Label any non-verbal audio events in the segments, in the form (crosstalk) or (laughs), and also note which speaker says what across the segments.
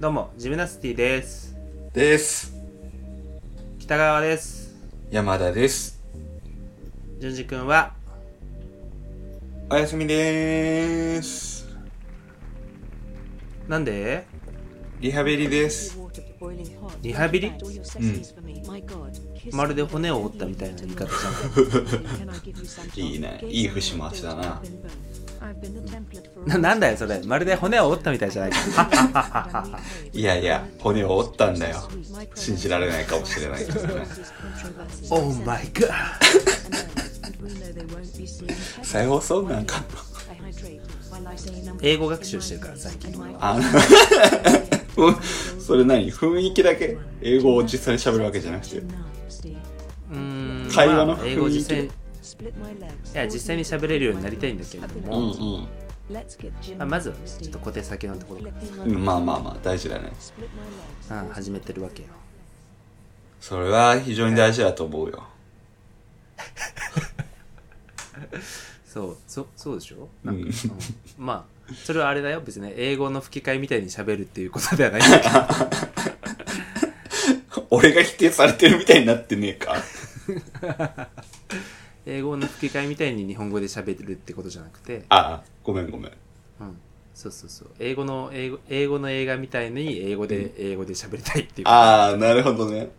Speaker 1: どうも、ジムナスティです。
Speaker 2: です。
Speaker 1: 北川です。
Speaker 2: 山田です。
Speaker 1: 淳二君は、
Speaker 2: おやすみでーす。
Speaker 1: なんで
Speaker 2: リハビリです。
Speaker 3: リハビリ、
Speaker 1: まるで骨を折ったみたいな言い方じゃない
Speaker 2: (laughs) いいねいい節回しだな
Speaker 1: ななん (laughs) だよそれまるで骨を折ったみたいじゃな
Speaker 3: (laughs)
Speaker 1: いか
Speaker 2: (laughs) いやいや、骨を折ったんだよ。信じられないかもしれないけど
Speaker 1: (laughs)
Speaker 2: ね。
Speaker 1: オーマイ
Speaker 2: (laughs)
Speaker 1: ガー
Speaker 2: 再放送なんか (laughs)
Speaker 1: 英語学習してるから最近俺は
Speaker 2: (laughs) あそれ何雰囲気だけ英語を実際に喋るわけじゃなくて。
Speaker 1: うーん
Speaker 2: 会話の雰囲気
Speaker 1: まあ英語実際にいや
Speaker 3: や
Speaker 1: 実際
Speaker 3: 実際
Speaker 1: に
Speaker 3: に
Speaker 1: 喋
Speaker 3: 喋
Speaker 1: れ
Speaker 3: れ
Speaker 1: る
Speaker 3: る
Speaker 1: よ
Speaker 3: よ
Speaker 1: う
Speaker 3: う
Speaker 1: にな
Speaker 3: にな
Speaker 1: り
Speaker 3: り
Speaker 1: た
Speaker 3: た
Speaker 1: い
Speaker 3: い
Speaker 1: ん
Speaker 3: ん
Speaker 1: だ
Speaker 3: だ
Speaker 1: けれ
Speaker 3: けれ
Speaker 1: ど
Speaker 3: ど
Speaker 1: も
Speaker 3: も、
Speaker 2: ん
Speaker 1: あ
Speaker 3: ま
Speaker 1: まず
Speaker 3: ず
Speaker 1: はち
Speaker 3: ち
Speaker 1: ょっ
Speaker 3: ょっ
Speaker 1: と小
Speaker 3: と小
Speaker 1: 手
Speaker 3: 手
Speaker 1: 先
Speaker 3: 先
Speaker 1: の
Speaker 3: の
Speaker 1: と
Speaker 3: と
Speaker 1: こ
Speaker 3: こ
Speaker 1: ろ
Speaker 3: ろ
Speaker 1: か
Speaker 3: から
Speaker 2: うん。まあまあまあ、大事だね。
Speaker 1: う
Speaker 3: ら、
Speaker 1: ん
Speaker 3: うん、
Speaker 1: 始
Speaker 3: 始
Speaker 1: め
Speaker 3: め
Speaker 1: て
Speaker 3: て
Speaker 1: る
Speaker 3: る
Speaker 1: わ
Speaker 3: わ
Speaker 1: け
Speaker 3: け
Speaker 1: よ
Speaker 3: よ
Speaker 2: それは非常に大事だと (laughs) 思うよ。
Speaker 1: そうそそうでしょ
Speaker 2: う
Speaker 1: なんか、
Speaker 2: ん。
Speaker 1: うんまあそれはあれだよ別に英語の吹き替えみたいに喋るっていうことではないんだ
Speaker 2: (laughs)
Speaker 1: けど
Speaker 2: 俺が否定されてるみたいになってねえか。
Speaker 1: 英語の吹き替えみたいに日本語で喋るってことじゃなくて
Speaker 2: ああ、ごめんごめん。
Speaker 1: うんそうそうそう英語の英語英語の映画みたいに英語で英語で喋りたいっていう
Speaker 2: ああ、なるほどね。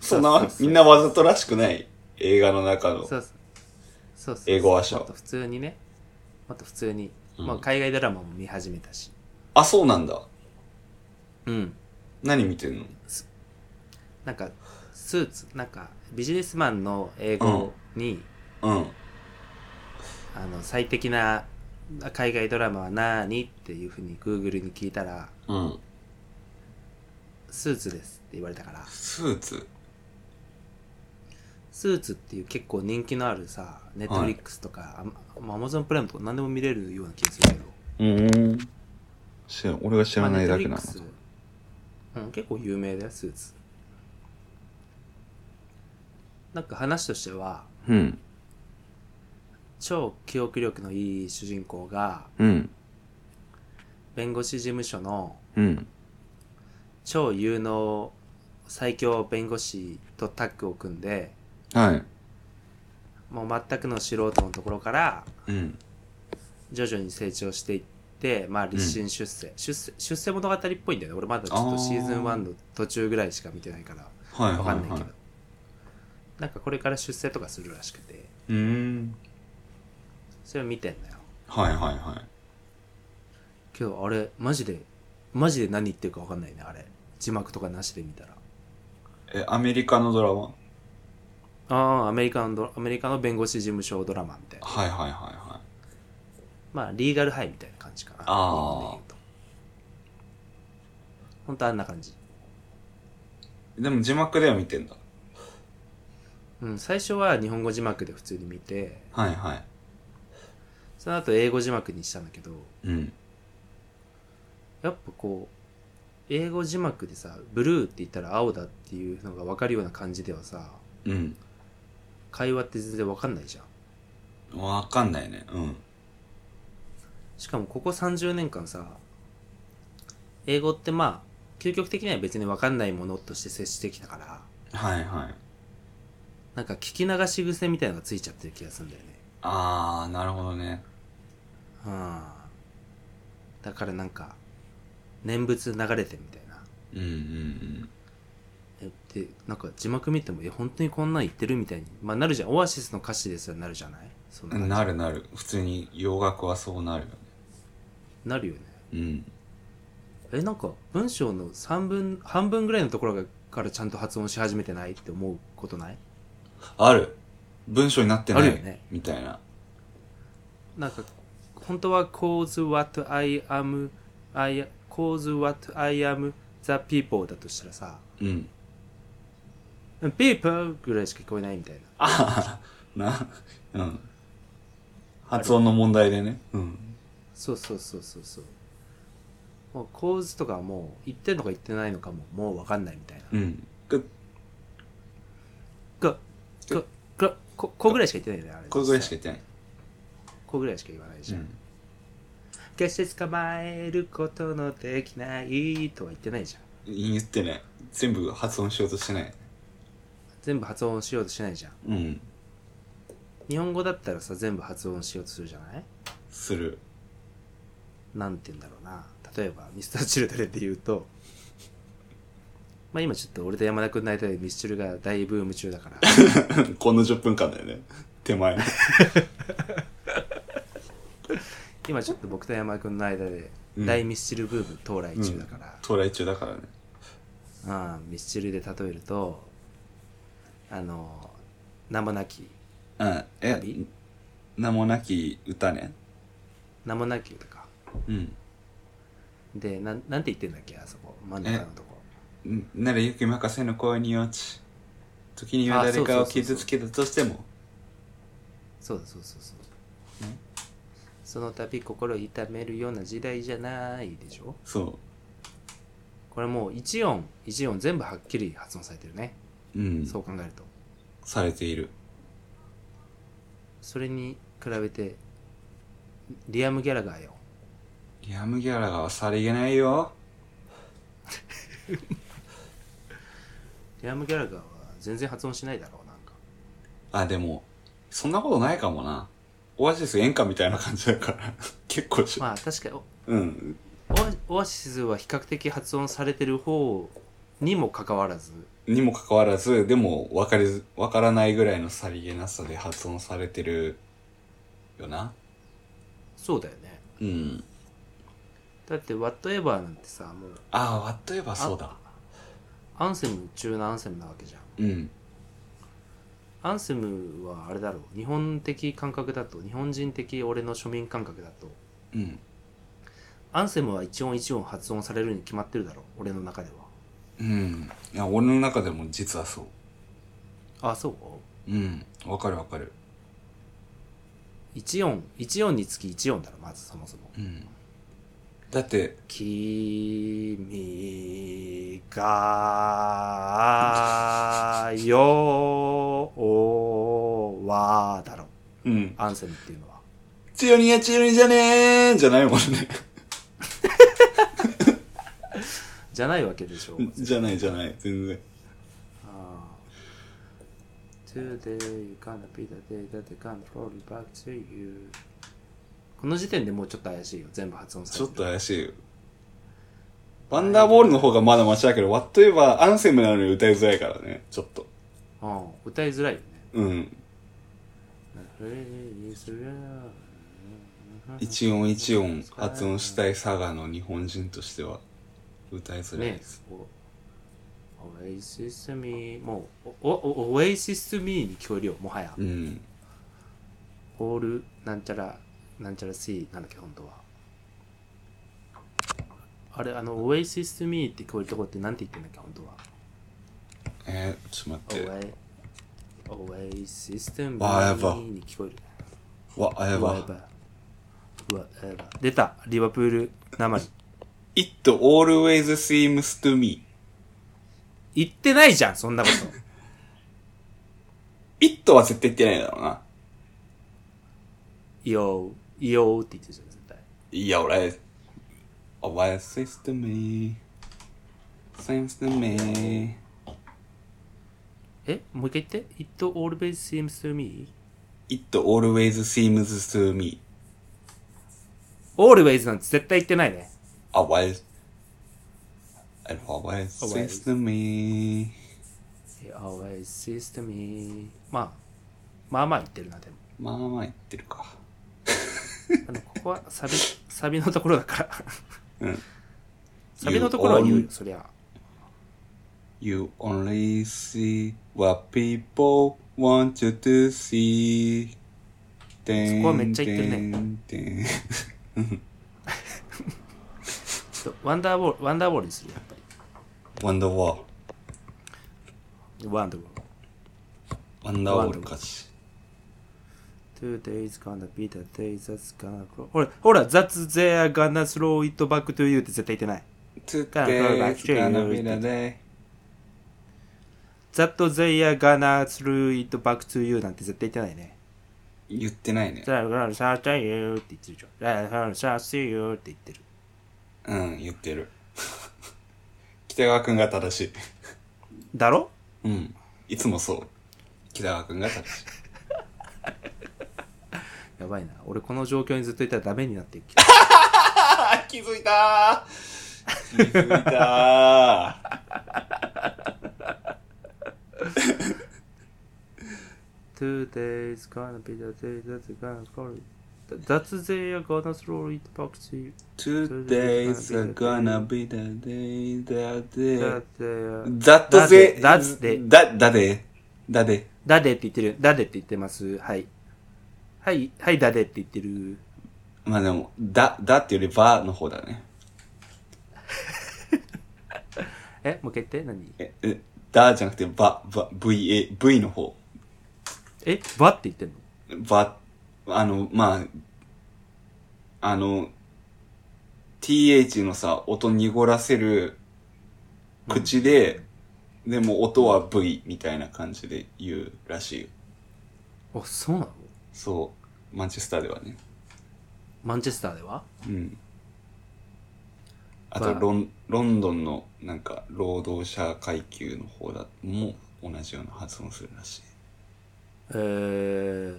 Speaker 2: そ
Speaker 1: そうそ
Speaker 2: んな
Speaker 1: う、そう
Speaker 2: みんなわざとらしくない映画の中の。
Speaker 1: そうそうそうそう
Speaker 2: 英語話者
Speaker 1: もっと普通にねもっと普通に、
Speaker 2: うん
Speaker 1: まあ、海外ドラマも見始めたし
Speaker 2: あ、そうなんだ。
Speaker 1: うん
Speaker 2: 何見てんの
Speaker 1: なんかスーツなんかビジネスマンの英語に、
Speaker 2: うん。
Speaker 1: あの最適な海外ドラマは何っていうふうに Google に聞いたら
Speaker 2: うん。
Speaker 1: 「スーツです」って言われたから
Speaker 2: スーツ
Speaker 1: スーツっていう結構人気のあるさ Netflix とか、あまあ Amazon プライムとか何でも見れるような気がするけど
Speaker 2: うん。知らん、俺が知らないだけなの。
Speaker 1: まあ Netflix うん、結構有名だよスーツなんか話としては
Speaker 2: うん。
Speaker 1: 超記憶力のいい主人公が
Speaker 2: うん。
Speaker 1: 弁護士事務所の
Speaker 2: うん。
Speaker 1: 超有能最強弁護士とタッグを組んで
Speaker 2: はい。
Speaker 1: もう全くの素人のところから
Speaker 2: うん。
Speaker 1: 徐々に成長していってまあ立身出世、出世出世物語っぽいんだよね俺まだちょっ
Speaker 2: あ
Speaker 1: と
Speaker 2: ー
Speaker 1: シーズン1の途中ぐらいしか見てないから
Speaker 2: はい
Speaker 1: わ
Speaker 2: は
Speaker 1: かんない
Speaker 2: い
Speaker 1: けど、
Speaker 2: はい。
Speaker 1: なんかこれから出世とかするらしくて
Speaker 2: うーん。
Speaker 1: それを見てんだよ
Speaker 2: はいはいはい。
Speaker 1: けどあれマジでマジで何言ってるか分かんないねあれ字幕とかなしで見たら
Speaker 2: え、アメリカのドラマ
Speaker 1: ああアメリカのドアメリカの弁護士事務所ドラマみたいな
Speaker 2: はいはいはいはい。
Speaker 1: まあリーガルハイみたいな感じかな
Speaker 2: あー
Speaker 1: 日本で言うと本当あんな感じ
Speaker 2: でも字幕では見てんだ。
Speaker 1: うん最初は日本語字幕で普通に見て
Speaker 2: はいはい。
Speaker 1: その後英語字幕にしたんだけど
Speaker 2: うん。
Speaker 1: やっぱこう英語字幕でさブルーって言ったら青だっていうのが分かるような感じではさ
Speaker 2: うん。
Speaker 1: 会話って全然分かんないじゃん
Speaker 2: わかんないね。うん。
Speaker 1: しかもここ30年間さ英語ってまあ究極的には別に分かんないものとして接してきたから
Speaker 2: はいはい。
Speaker 1: なんか聞き流し癖みたいなのがついちゃってる気がするんだよね
Speaker 2: あー、なるほどね。
Speaker 1: うんだからなんか念仏流れてみたいな
Speaker 2: うんうんうん。
Speaker 1: えでなんか字幕見てもえ本当にこんなん言ってるみたいに、まあ、なるじゃんオアシスの歌詞ですらなるじゃないそんな感じ
Speaker 2: なるなる普通に洋楽はそうなるよね
Speaker 1: なるよね
Speaker 2: うん
Speaker 1: えなんか文章の3分半分ぐらいのところがからちゃんと発音し始めてないって思うことない
Speaker 2: ある文章になってない
Speaker 1: あるよね
Speaker 2: みたいな
Speaker 1: なんか本当は cause what I am I cause what I am the people だとしたらさ
Speaker 2: うん
Speaker 1: people ぐらいしか聞こえないみたいな
Speaker 2: ああ (laughs) なうん発音の問題でねうん
Speaker 1: そうそうそうそうそうもう構図とかはもう言ってんのか言ってないのかももう分かんないみたいな
Speaker 2: うんく
Speaker 1: がががここぐらいしか言ってないよねあれ
Speaker 2: これぐらいしか言ってない
Speaker 1: こぐらいしか言わないじゃん、決して捕まえることのできないとは言ってないじゃん
Speaker 2: 言ってない全部発音しようとしてない
Speaker 1: 全部発音しようとしないじゃん
Speaker 2: うん
Speaker 1: 日本語だったらさ全部発音しようとするじゃない
Speaker 2: する (laughs)
Speaker 1: なんて言うんだろうな例えばミスターチルドレンで言うとまあ今ちょっと俺と山田君の間でミスチルが大ブーム中だから
Speaker 2: この10分間だよね手前
Speaker 1: 今ちょっと僕と山田君の間で大ミスチルブーム到来中だから、
Speaker 2: 到来中だからね
Speaker 1: ああミスチルで例えるとあの名もなき
Speaker 2: うんえ名もなき歌ね
Speaker 1: 名もなき歌か
Speaker 2: うん
Speaker 1: でなんなんて言ってんだっけあそこ真ん中のとこ
Speaker 2: んなら雪任せの声に落ち時には誰かを傷つけたとしても
Speaker 1: そうだそうそうそう
Speaker 2: ね
Speaker 1: その度心痛めるような時代じゃないでしょ
Speaker 2: そ
Speaker 1: これもう一音一音全部はっきり発音されてるね、
Speaker 2: ううん
Speaker 1: そう考えると
Speaker 2: されている
Speaker 1: それに比べてリアム・ギャラガーよ
Speaker 2: リアム・ギャラガーはさりげないよ
Speaker 1: リアム・ギャラガーは全然発音しないだろうなんか
Speaker 2: あでもそんなことないかもなオアシス演歌みたいな感じだから (laughs) 結構し、
Speaker 1: まあ確かにお
Speaker 2: うん
Speaker 1: オアオアシスは比較的発音されてる方にもかかわらず
Speaker 2: にもかかわらずでも分かりず分からないぐらいのさりげなさで発音されてるよな
Speaker 1: そうだよね
Speaker 2: うん
Speaker 1: だって「Whatever」なんてさもう
Speaker 2: ああわっと言えばそうだ
Speaker 1: アンセム中のアンセムなわけじゃん
Speaker 2: うん
Speaker 1: アンセムはあれだろう日本的感覚だと日本人的俺の庶民感覚だと
Speaker 2: うん
Speaker 1: アンセムは一音一音発音されるに決まってるだろう俺の中で
Speaker 2: うんいや俺の中でも実はそ
Speaker 1: はあそう
Speaker 2: ううんわかるわかる
Speaker 1: 一音一音につき一音だろまずそもそも
Speaker 2: うんだって
Speaker 1: 「君がよは」だろ
Speaker 2: うん
Speaker 1: アンセムっていうのは
Speaker 2: 「千代にや千代にじゃねーん」じゃないもんね
Speaker 1: じゃないわけでしょ
Speaker 2: (laughs) じゃないじゃない全然
Speaker 1: ああ Today you gonna be the day that they gonna roll back to you この時点でもうちょっと怪しいよ全部発音され
Speaker 2: ち
Speaker 1: て
Speaker 2: ょ
Speaker 1: る
Speaker 2: っと怪しいよ。ワンダーボールの方がまだマシだけど、ワットエバーアンセムなのに歌いづらいからね、ちょっと。
Speaker 1: うん、歌いづらいよね
Speaker 2: うん。一音一音発音したい佐賀の日本人としては、歌いづらい
Speaker 1: ね
Speaker 2: です。
Speaker 1: オエシスミーもうおおオエシスミーに聞こえるよもはや、
Speaker 2: うん。
Speaker 1: オールなんちゃらなんちゃら C なんだっけ本当はあれあのオエシスミーって聞こえるとこってなんて言ってんだっけ本当は
Speaker 2: えー、ちょっと待って。
Speaker 1: Away, away system
Speaker 2: わ
Speaker 1: B に聞こえる。
Speaker 2: わ、あやば。
Speaker 1: Whatever Whatever 出た、リバプールなまり。
Speaker 2: It always seems to me.
Speaker 1: 言ってないじゃん、そんなこと。 (laughs)
Speaker 2: It は絶対言ってないだろうな。
Speaker 1: いいよー、いいよーって言ってるじゃん、絶対。
Speaker 2: いや、俺、always seems to me. Seems to me.
Speaker 1: えもう一回言って。It always seems to me.always
Speaker 2: It always seems to me.
Speaker 1: なんて絶対言ってないね。
Speaker 2: あ、わい。あ、わい。seems to me.
Speaker 1: It always seems to me. まあ、まあまあ言ってるな、でも。
Speaker 2: まあまあ言ってるか。
Speaker 1: あのここはサビ、サビのところだから。
Speaker 2: うん。
Speaker 1: サビのところは言うよ、そりゃ。
Speaker 2: You only see what people want you to see. て
Speaker 1: そ
Speaker 2: ん
Speaker 1: こはめっちゃ言ってるね
Speaker 2: て (laughs) んてん
Speaker 1: ちょっとワンダーボール、ワンダーボールにする、やっぱり。
Speaker 2: ワンダーワー。
Speaker 1: ワンダーボール。
Speaker 2: ワンダーワール勝ち。
Speaker 1: Today's gonna be the day that's gonna grow ほら、ほら、that's they're gonna throw it back to you って絶対言ってない。
Speaker 2: Today's gonna be the day.
Speaker 1: that they're gonna throw it back to you なんて絶対言ってないね。
Speaker 2: 言ってないね。
Speaker 1: They're gonna start you って言ってるじゃん。They're gonna start you って言ってる。
Speaker 2: うん、言ってる。 (laughs) 北川くんが正し
Speaker 1: だろ
Speaker 2: い。うん。いつもそう。北川くんが正しい。
Speaker 1: やばいな。俺この状況にずっといたらダメになっていく。
Speaker 2: あ気づいたー気づい (laughs) たー
Speaker 1: Today's gonna be the day that's gonna fall. That's they are gonna throw it back to you.
Speaker 2: Today's are gonna be the day that they...
Speaker 1: That they are...
Speaker 2: だっとぜ
Speaker 1: だって
Speaker 2: だ、だでだで。
Speaker 1: だでって言ってる。だでって言ってます。はい。はい、はい、だでって言ってる。
Speaker 2: まあでも、だ、だっていうよりばの方だね。
Speaker 1: え、もう一回言って何
Speaker 2: え、えだじゃなくてば、ば、va、v の方。
Speaker 1: え、ばって言ってんの
Speaker 2: ば、あの、まあ、あの、th のさ、音濁らせる口で、でも音は v みたいな感じで言うらしいよ。
Speaker 1: あ、そうなの
Speaker 2: そう。マンチェスターではね。
Speaker 1: マンチェスターでは
Speaker 2: うん。あと、
Speaker 1: まあ
Speaker 2: ロン、ロンドンの、なんか、労働者階級の方だ、も同じような発音するらしい。
Speaker 1: えー、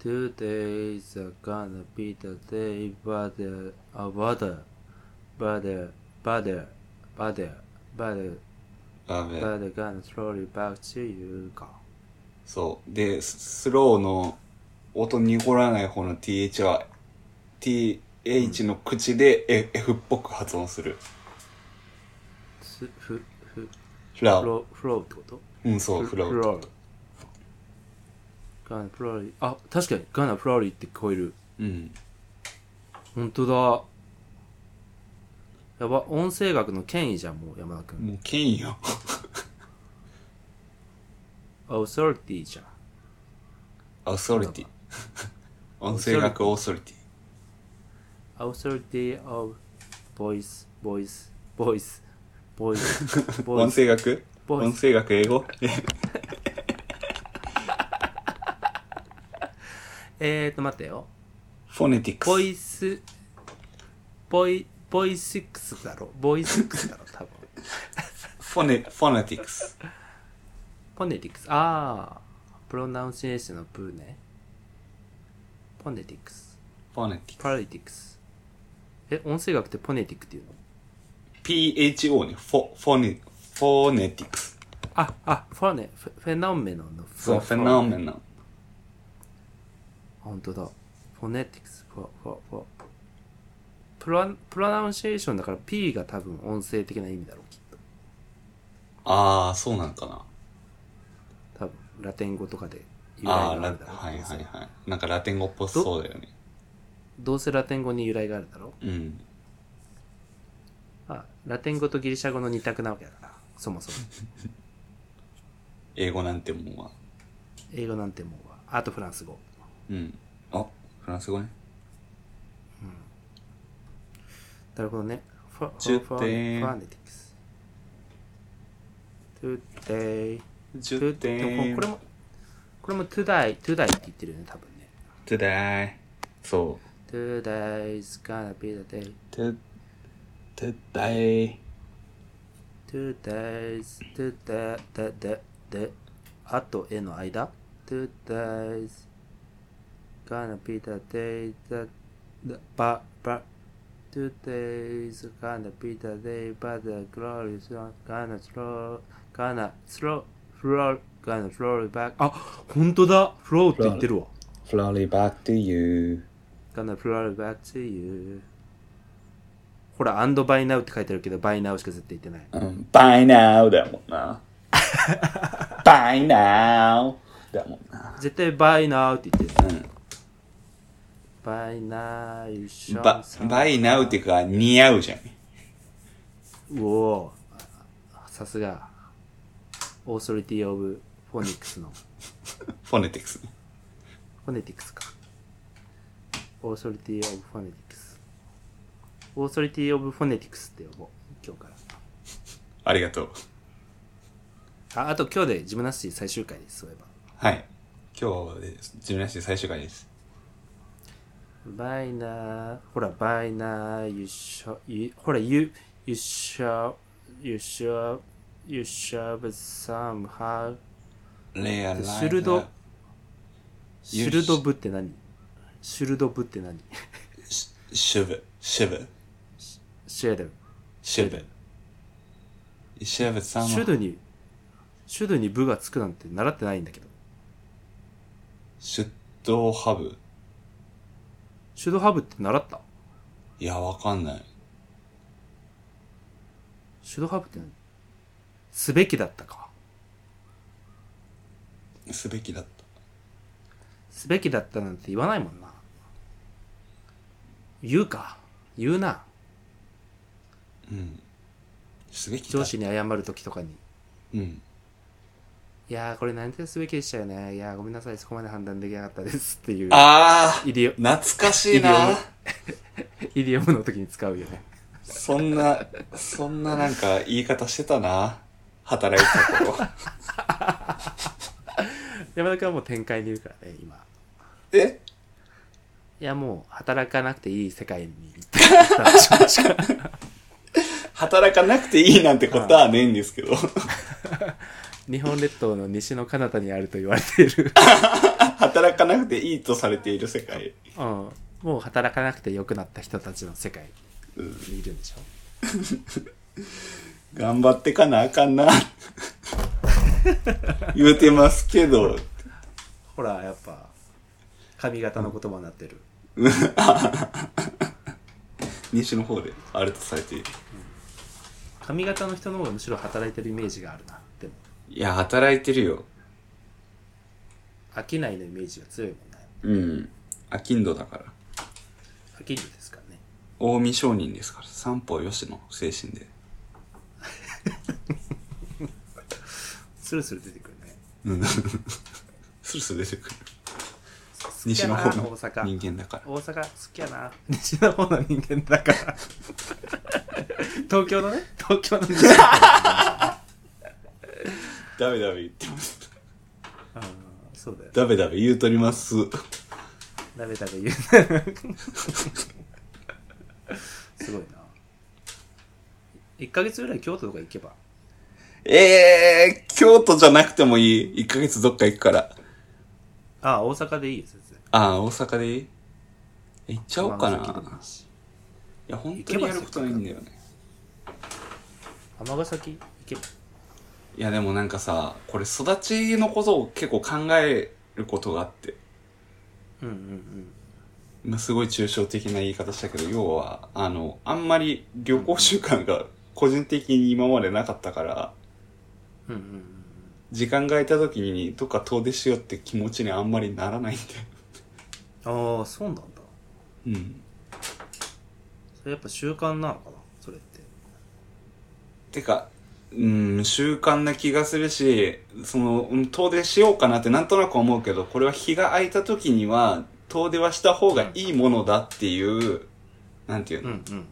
Speaker 1: Today's a gonna be the day, but the, a water, but the, but the, but the, but the,
Speaker 2: バーベ
Speaker 1: but the gonna throw it back to you か。
Speaker 2: そう。で、ススローの音濁らない方の th は、th の口で F,、F っぽく発音する。
Speaker 1: すふ、ふ、
Speaker 2: フラ
Speaker 1: フ
Speaker 2: ウ。
Speaker 1: ロー、フローってこと
Speaker 2: うん、そう、フラウ。
Speaker 1: ロー。ガナフローリー。あ、確かにガナフローリーって聞こえる。
Speaker 2: うん。
Speaker 1: ほんとだ。やば、音声学の権威じゃん、もう山田くん。
Speaker 2: もう、権威 (laughs) よ。
Speaker 1: アウソリティじゃん。
Speaker 2: アウソリティ。音声学オーソリティ。
Speaker 1: authority of voice, voice, voice,
Speaker 2: (laughs)
Speaker 1: voice,
Speaker 2: 音
Speaker 1: voice,
Speaker 2: 声学
Speaker 1: ボイス
Speaker 2: 音声学英語
Speaker 1: えーと、待ってよ。
Speaker 2: フォネティクス。
Speaker 1: voice, voice, voice だろ。voice だろ、多分。
Speaker 2: フォネ、フォネティクス。
Speaker 1: ポネティクス。あー、プロナウンシエーションのプーね。ポネティクス。
Speaker 2: フォネティク
Speaker 1: パリティクス。え、音声学ってポネティクっていうの
Speaker 2: ス。pho ね。フォ、フォネ、フォネティクス。
Speaker 1: あ、あ、ファネ、フェフェノメノンのフ
Speaker 2: そう、フェノメナ。
Speaker 1: ほんとだ。フォネティクス、フォ、フォ、フォ。プロ、プロナウンシエーションだから P が多分音声的な意味だろう、きっと。
Speaker 2: あー、そうなんかな。
Speaker 1: 多分、ラテン語とかで由来
Speaker 2: ああー
Speaker 1: があ
Speaker 2: ラ
Speaker 1: るだろう。
Speaker 2: はいはい
Speaker 1: どうせ
Speaker 2: はい。なんかラテン語っぽそうだよね。
Speaker 1: どうせラテン語に由来があるだろう。
Speaker 2: うん。
Speaker 1: あ、ラテン語とギリシャ語の二択なわけだから、そもそも。
Speaker 2: 英語なんてもんは。
Speaker 1: 英語なんてもうは、あとフランス語。
Speaker 2: うん。あ、フランス語ね。
Speaker 1: なるほどね。フォ、フ
Speaker 2: 10
Speaker 1: ォ、フォ、フ
Speaker 2: 点
Speaker 1: ォネティクス。today, to-
Speaker 2: 10
Speaker 1: でも
Speaker 2: 点。
Speaker 1: これも、これも today, today って言ってるよね、多分ね。
Speaker 2: today。そ
Speaker 1: Today's gonna be the day.
Speaker 2: う。to, today。
Speaker 1: Today's, today, the, the, the, あと絵の間 Today's gonna be the day that, the, ba, ba. Today's gonna be the day, but the glory is not gonna throw, gonna throw, flow, gonna flow back. あ、本当だ !flow って言ってるわ。
Speaker 2: flory back to you.
Speaker 1: gonna flow back to you. ほら、and by now って書いてあるけど、by now しか絶対言ってない。
Speaker 2: うん、by now だもん
Speaker 1: (laughs)
Speaker 2: な。by now だもんな。
Speaker 1: 絶対 by now って言ってる。
Speaker 2: うん。
Speaker 1: by now you show
Speaker 2: Ba-
Speaker 1: some-
Speaker 2: by now っていうか、似合うじゃん。
Speaker 1: うおーさすが。オーソリティオブフォニックスの。
Speaker 2: フォネティクスね。
Speaker 1: フォネティクスか。オーソリティオブフォネティクス。オーソリティオブフォネティクスって呼ぼう。今日から。
Speaker 2: ありがとう。
Speaker 1: あ、あと今日でジムナスティ最終回です、そういえば。
Speaker 2: はい。今日で、自分らしい最終回です。
Speaker 1: バイナー、ほら、バイナー、you show, you, ほら、you, you show, you show, you show somehow.
Speaker 2: レアライナ
Speaker 1: 鋭
Speaker 2: ー。
Speaker 1: シュルドブって何シュルドブって何
Speaker 2: シュブ、シュブ、
Speaker 1: シェル。
Speaker 2: シュブ。シュブさん
Speaker 1: シュ
Speaker 2: は、
Speaker 1: ルに、シュルにブがつくなんて習ってないんだけど。
Speaker 2: シュッドハブ。
Speaker 1: シュドハブって習った
Speaker 2: いや、わかんない。
Speaker 1: シュドハブって何すべきだったか。
Speaker 2: すべきだった。
Speaker 1: すべきだったなんて言わないもんな。言うか。言うな。
Speaker 2: うん。すべきだ
Speaker 1: 上司に謝るときとかに。
Speaker 2: うん。
Speaker 1: いやーこれ何てすべきでしたよね。いやーごめんなさい、そこまで判断できなかったですっていう、
Speaker 2: あ
Speaker 1: イディオ
Speaker 2: ー、懐かしいな。
Speaker 1: イディオムの時に使うよね。
Speaker 2: そんな、そんななんか言い方してたな。働いてた頃。
Speaker 1: (laughs) 山田君はもう展開にいるからね、今。
Speaker 2: え
Speaker 1: いや、もう働かなくていい世界に行ったらしましか
Speaker 2: 働かなくていいなんてことはねえんですけど。
Speaker 1: 日本列島の西の彼方にあると言われている。
Speaker 2: 働かなくていいとされている世界。
Speaker 1: (laughs) うん。もう働かなくて良くなった人たちの世界
Speaker 2: うん
Speaker 1: にいるんでしょ。
Speaker 2: 頑張ってかなあかんな。言うてますけど。
Speaker 1: ほら、やっぱ、髪型の言葉になってる。
Speaker 2: (laughs) 西の方であるとされている。
Speaker 1: 髪型の人の方がむしろ働いてるイメージがあるな。でも、
Speaker 2: いや、働いてるよ。
Speaker 1: 飽きないのイメージが強いもんね。
Speaker 2: うん。アキンドだから。
Speaker 1: 飽きるですからね。
Speaker 2: 近江商人ですから。三方よしの精神で。
Speaker 1: スルスル出てくるね。
Speaker 2: うん。スルスル出てくる。
Speaker 1: 好き
Speaker 2: 西
Speaker 1: や
Speaker 2: の
Speaker 1: な
Speaker 2: 方の
Speaker 1: 大阪。
Speaker 2: 人間だから。
Speaker 1: 大阪好きやな。西の方の人間だから。 (laughs) 東京のね、東京の西の方
Speaker 2: ダメダメ言ってます。
Speaker 1: (laughs) あーそうだよ。
Speaker 2: ダメダメ言うとります。
Speaker 1: ダメダメ言う。すごいな。1ヶ月ぐらい京都とか行けば。
Speaker 2: えー、京都じゃなくてもいい。1ヶ月どっか行くから。
Speaker 1: ああ、大阪でいいよ、全然。
Speaker 2: ああ、大阪でいいえ行っちゃおうかな。
Speaker 1: 尼崎でもいい
Speaker 2: い
Speaker 1: し
Speaker 2: や、本当にやることないんだよね。
Speaker 1: 尼崎行けば。
Speaker 2: いや、でもなんかさ、これ育ちのことを結構考えることがあって。
Speaker 1: うんうんうん。
Speaker 2: まあ、すごい抽象的な言い方したけど、要は、あの、あんまり旅行習慣が個人的に今までなかったから、
Speaker 1: うんうんうん。
Speaker 2: 時間が空いた時にどっか遠出しようって気持ちにあんまりならないんだ
Speaker 1: ああ、そうなんだ。
Speaker 2: よ。うん。
Speaker 1: それやっぱ習慣なのかな、それって。
Speaker 2: てか、うん、習慣な気がするし、その、うん遠出しようかなってなんとなく思うけど、これは日が空いた時には、遠出はした方がいいものだっていう、なんていう
Speaker 1: う
Speaker 2: の、
Speaker 1: んうん。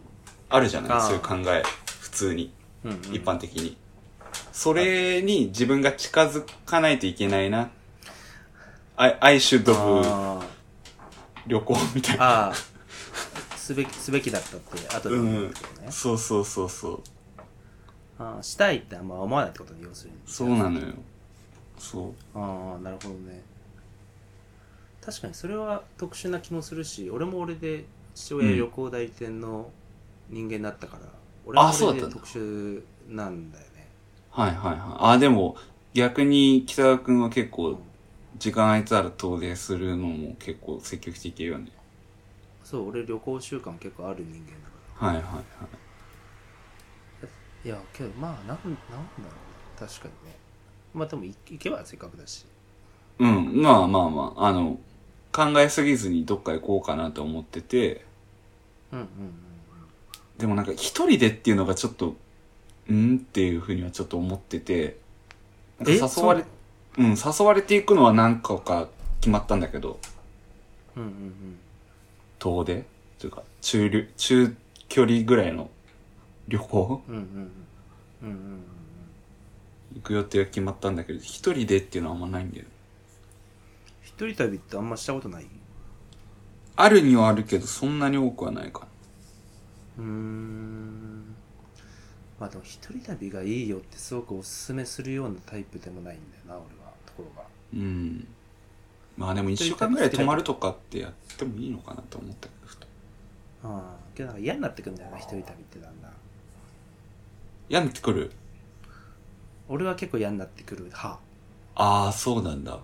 Speaker 2: あるじゃな
Speaker 1: あ
Speaker 2: い
Speaker 1: ー
Speaker 2: そういう考え、普通に、
Speaker 1: うんうん、
Speaker 2: 一般的に。それに自分が近づかないといけないな。I, I should
Speaker 1: あー
Speaker 2: 旅行みたいな。
Speaker 1: あーすべきすべきだったって後で思ったけどね、
Speaker 2: そうそうそうそう。
Speaker 1: あーしたいってあんま思わないってことね要するに
Speaker 2: そうなのよ。そう。
Speaker 1: ああなるほどね確かにそれは特殊な気もするし俺も俺で父親旅行代理店の人間だったから、俺
Speaker 2: あ
Speaker 1: は
Speaker 2: そう
Speaker 1: 俺
Speaker 2: だっ
Speaker 1: で
Speaker 2: たんだ
Speaker 1: 特殊なんだよね
Speaker 2: はいはいはい。あ、でも、逆に北川くんは結
Speaker 1: うん
Speaker 2: 構、時間空いたら遠出するのも結構積極的よね。
Speaker 1: そう俺旅行習慣結構ある人間だか
Speaker 2: はいはいはい。
Speaker 1: らいやけどまあなんなんだろうね確かにねまあでも行行けばせっかくだし
Speaker 2: うん、まあまあまあ、あの、考えすぎずにどっか行こうかなと思ってて、
Speaker 1: うんうんうん
Speaker 2: でもなんか一人でっていうのがちょっと、うんっていうふうにはちょっと思ってて、なんか
Speaker 1: え
Speaker 2: 誘われ、うん、誘われていくのは何個か決まったんだけど、
Speaker 1: うんうんうん
Speaker 2: 遠出というか、中旅、中距離ぐらいの旅行
Speaker 1: うんうんうんうんうんうん
Speaker 2: 行く予定が決まったんだけど、一人でっていうのはあんまないんだよ。
Speaker 1: 一人旅ってあんましたことない
Speaker 2: あるにはあるけど、そんなに多くはないかな。
Speaker 1: うーんまあでも一人旅がいいよってすごくおすすめするようなタイプでもないんだよな俺はところが
Speaker 2: うん。まあでも一週間ぐらい泊まるとかってやってもいいのかなと思ったけど、ふと。
Speaker 1: ああけどなんか嫌になってくんだよな一人旅ってだんだん
Speaker 2: やめてくる。
Speaker 1: 俺は結構嫌になってくるは
Speaker 2: ああ、そうなんだ。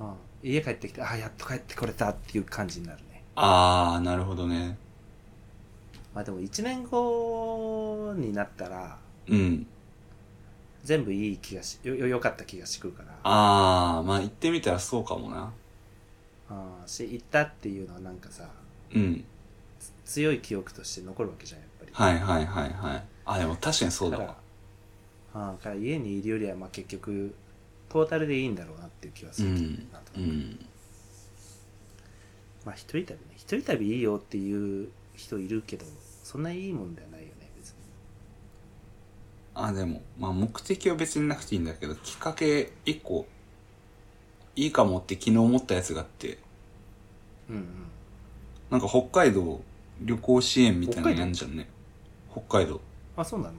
Speaker 1: あ、うん、家帰ってきてああやっと帰ってこれたっていう感じになるね
Speaker 2: ああ、なるほどね。
Speaker 1: まあでも1年後になったら
Speaker 2: うん。
Speaker 1: 全部いい気がしよよよかった気がしてくるからあ
Speaker 2: ああ、まあ行ってみたらそうかもな。
Speaker 1: あし行ったっていうのはなんかさ
Speaker 2: うん。
Speaker 1: つ強い記憶として残るわけじゃんやっぱり
Speaker 2: はいはいはいはい。あ、でも確かにそうだ
Speaker 1: から
Speaker 2: わ。
Speaker 1: ああから家にいるよりはまあ結局トータルでいいんだろうなっていう気はす
Speaker 2: う
Speaker 1: る、
Speaker 2: ん
Speaker 1: なんと。
Speaker 2: う
Speaker 1: なく
Speaker 2: ん。
Speaker 1: まあ一人旅ね一人旅いいよっていう人いるけどそんないいもんではないよね別に
Speaker 2: あ、でも、まあ目的は別になくていいんだけど、きっかけ一個、いいかもって昨日思ったやつがあって、
Speaker 1: うん
Speaker 2: なんか北海道旅行支援みたいなのやんじゃんね。北海道。
Speaker 1: うんあそうなの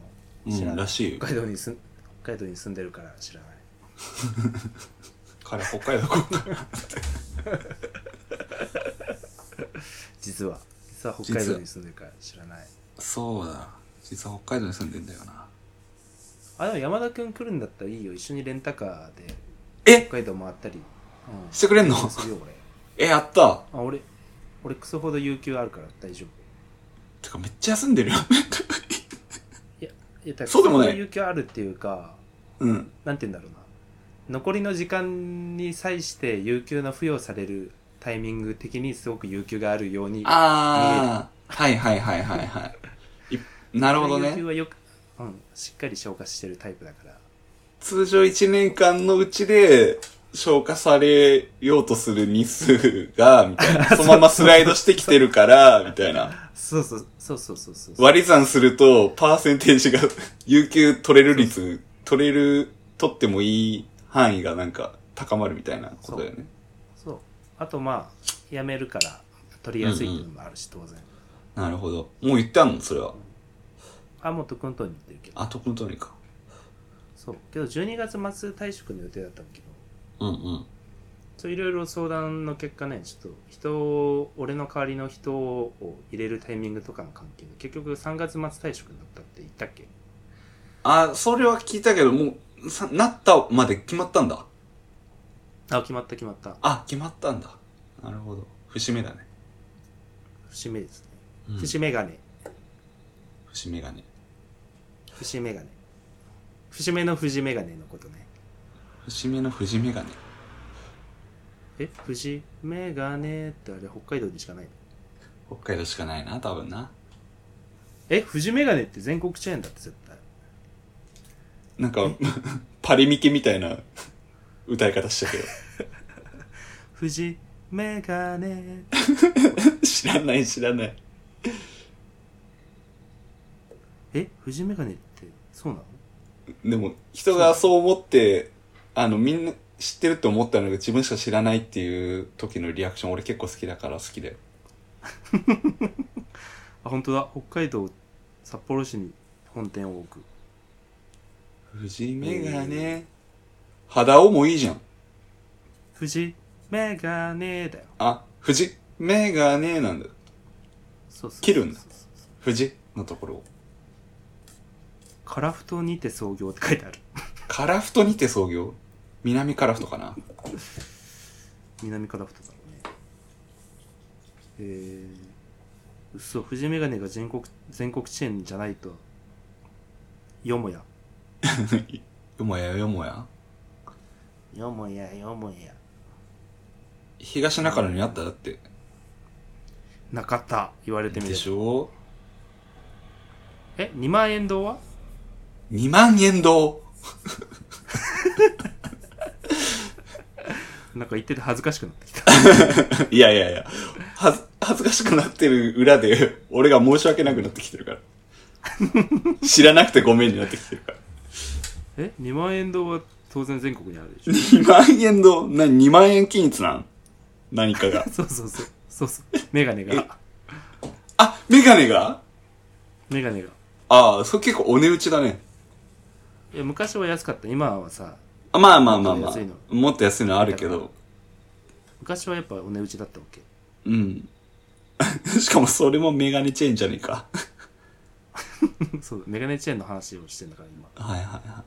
Speaker 2: う
Speaker 1: 知ら
Speaker 2: ん、
Speaker 1: な
Speaker 2: ら
Speaker 1: い
Speaker 2: しいよ。
Speaker 1: 北海道に住ん北海道に住んでるから知らない
Speaker 2: (laughs) 彼北海道来るから
Speaker 1: 実は実は北海道に住んでるから知らない
Speaker 2: そうだ。実は北海道に住んでんだよな。
Speaker 1: あでも山田君来るんだったらいいよ一緒にレンタカーで
Speaker 2: え
Speaker 1: 北海道回ったり、うん、
Speaker 2: してくれんの (laughs)
Speaker 1: するよ俺
Speaker 2: え、やった
Speaker 1: あ俺俺クソほど有給あるから大丈夫
Speaker 2: てかめっちゃ休んでるよ。 (laughs)
Speaker 1: いやだから
Speaker 2: そうでもない
Speaker 1: クソほど有給あるっていうか
Speaker 2: うん。
Speaker 1: なんて言うんだろうな残りの時間に際して有給の付与されるタイミング的にすごく有給があるように
Speaker 2: あー。はいはいはいはいはい。いなるほど
Speaker 1: 有
Speaker 2: ね
Speaker 1: 給。はよく、うん、しっかり消化してるタイプだから
Speaker 2: 通常1年間のうちで消化されようとする日数が、みたいな。そのままスライドしてきてるから、みたい (laughs) な。
Speaker 1: そうそうそうそうそうそう
Speaker 2: 割り算すると、パーセンテージが、有給取れる率、取れる、取ってもいい範囲がなんか高まるみたいなことだよね。
Speaker 1: そうあとまあやめるから取りやすいっていうのもあるし、当然
Speaker 2: なるほど。もう言ったのそれは。
Speaker 1: あもっと君とに言ってるけど
Speaker 2: あ、と本当にか。
Speaker 1: そうけど12月末退職の予定だったんだけど
Speaker 2: うんうん。
Speaker 1: そういろいろ相談の結果ねちょっと人を俺の代わりの人を入れるタイミングとかの関係で結局3月末退職になったって言ったっけ
Speaker 2: あ、それは聞いたけど、もう、さなったまで決まったんだ。
Speaker 1: あ決まった決まった
Speaker 2: あ、決まったんだ。なるほど。節目だね。
Speaker 1: 節目ですね、
Speaker 2: うん
Speaker 1: 節眼鏡
Speaker 2: 節目がね。
Speaker 1: 節眼鏡節目の節眼鏡のことね
Speaker 2: 節目の節目がね。
Speaker 1: え節眼鏡ってあれ北海道でしかないの
Speaker 2: 北海道しかないな、多分な。
Speaker 1: え藤眼鏡って全国チェーンだって絶対
Speaker 2: なんか、 (laughs) パリミキみたいな歌い方したけど。
Speaker 1: 藤眼鏡
Speaker 2: (laughs) 知らない知らない。
Speaker 1: え藤眼鏡ってそうなの
Speaker 2: でも、人がそう思って、あの、みんな知ってると思ったのが自分しか知らないっていう時のリアクション俺結構好きだから好きだよ。
Speaker 1: あ本当だ北海道札幌市に本店を置く
Speaker 2: 藤眼鏡、肌をもいいじゃん。
Speaker 1: 藤眼鏡だよ
Speaker 2: あ、藤眼鏡なんだ。
Speaker 1: そうそう
Speaker 2: 切るんだ
Speaker 1: そうそうそう
Speaker 2: 藤のところを。
Speaker 1: カラフトにて創業って書いてある
Speaker 2: カラフトにて創業南カラフトかな
Speaker 1: 南カラフトだろうねえー、嘘藤眼鏡が全国全国チェーンじゃないとよもや
Speaker 2: よもやよもや
Speaker 1: よもやよもや
Speaker 2: 東中野にあっただって。
Speaker 1: なかった言われてみ
Speaker 2: で
Speaker 1: る
Speaker 2: しょ
Speaker 1: え2万円堂は
Speaker 2: ?2 万円堂 (laughs)
Speaker 1: なんか言ってて恥ずかしくなってきた
Speaker 2: いやいやいや、はず、恥ずかしくなってる裏で、俺が申し訳なくなってきてるから。知らなくてごめんになってきてるから。
Speaker 1: え2万円堂は当然全国にあるでしょ。
Speaker 2: 2万円の、な、2万円均一なん何かが
Speaker 1: (laughs) そうそうそうそうそうメガネが
Speaker 2: あ、メガネが
Speaker 1: メガネが
Speaker 2: ああ、それ結構お値打ちだね。
Speaker 1: いや昔は安かった今はさ
Speaker 2: あまあまあまあ
Speaker 1: もっ
Speaker 2: ま
Speaker 1: と安い
Speaker 2: あ。もっと安いのあるけど。
Speaker 1: 昔はやっぱお値打ちだったわけ (laughs)
Speaker 2: うん。 (laughs) しかもそれもメガネチェーンじゃねえか。
Speaker 1: そうだメガネチェーンの話をしてんだから今
Speaker 2: はいはいは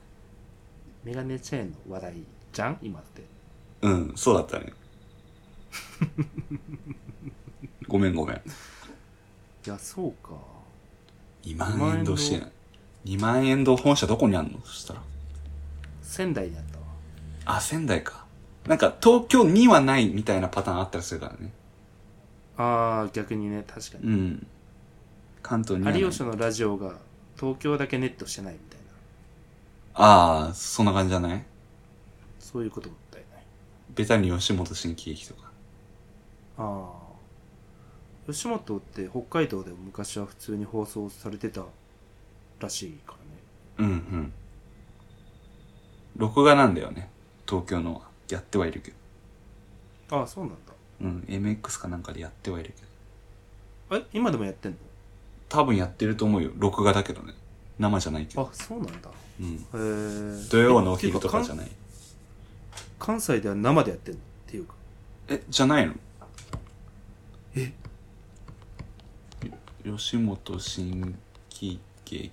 Speaker 1: メガネチェーンの話題じゃん今って
Speaker 2: い。うん、そうだったね。 (laughs) ごめんごめん。
Speaker 1: いやそうか
Speaker 2: 2万円堂してない。2万円堂本社どこにあんのそしたら。
Speaker 1: 仙台にあったわ
Speaker 2: あ、仙台か。なんか東京にはないみたいなパターンあったりするからね。
Speaker 1: あー逆にね確かに
Speaker 2: うん。関東にはない。
Speaker 1: 有吉のラジオが東京だけネットしてないみたいな
Speaker 2: ああ、そんな感じじゃない
Speaker 1: そういうことだよね
Speaker 2: ベタに吉本新喜劇とか。
Speaker 1: ああ吉本って北海道でも昔は普通に放送されてたらしいからね
Speaker 2: うんうん。録画なんだよね。東京のは。やってはいるけど。
Speaker 1: ああそうなんだ
Speaker 2: うん、MX かなんかでやってはいるけど。
Speaker 1: え今でもやってん
Speaker 2: 多分やってると思うよ。録画だけどね。生じゃないけ
Speaker 1: の
Speaker 2: ど。
Speaker 1: あそうなんだへ
Speaker 2: うん。
Speaker 1: え
Speaker 2: 土曜のお昼とかじゃ
Speaker 1: ない
Speaker 2: ない。
Speaker 1: 関西では生でやってんのっていうか
Speaker 2: え、じゃないの
Speaker 1: え
Speaker 2: よ吉本新喜劇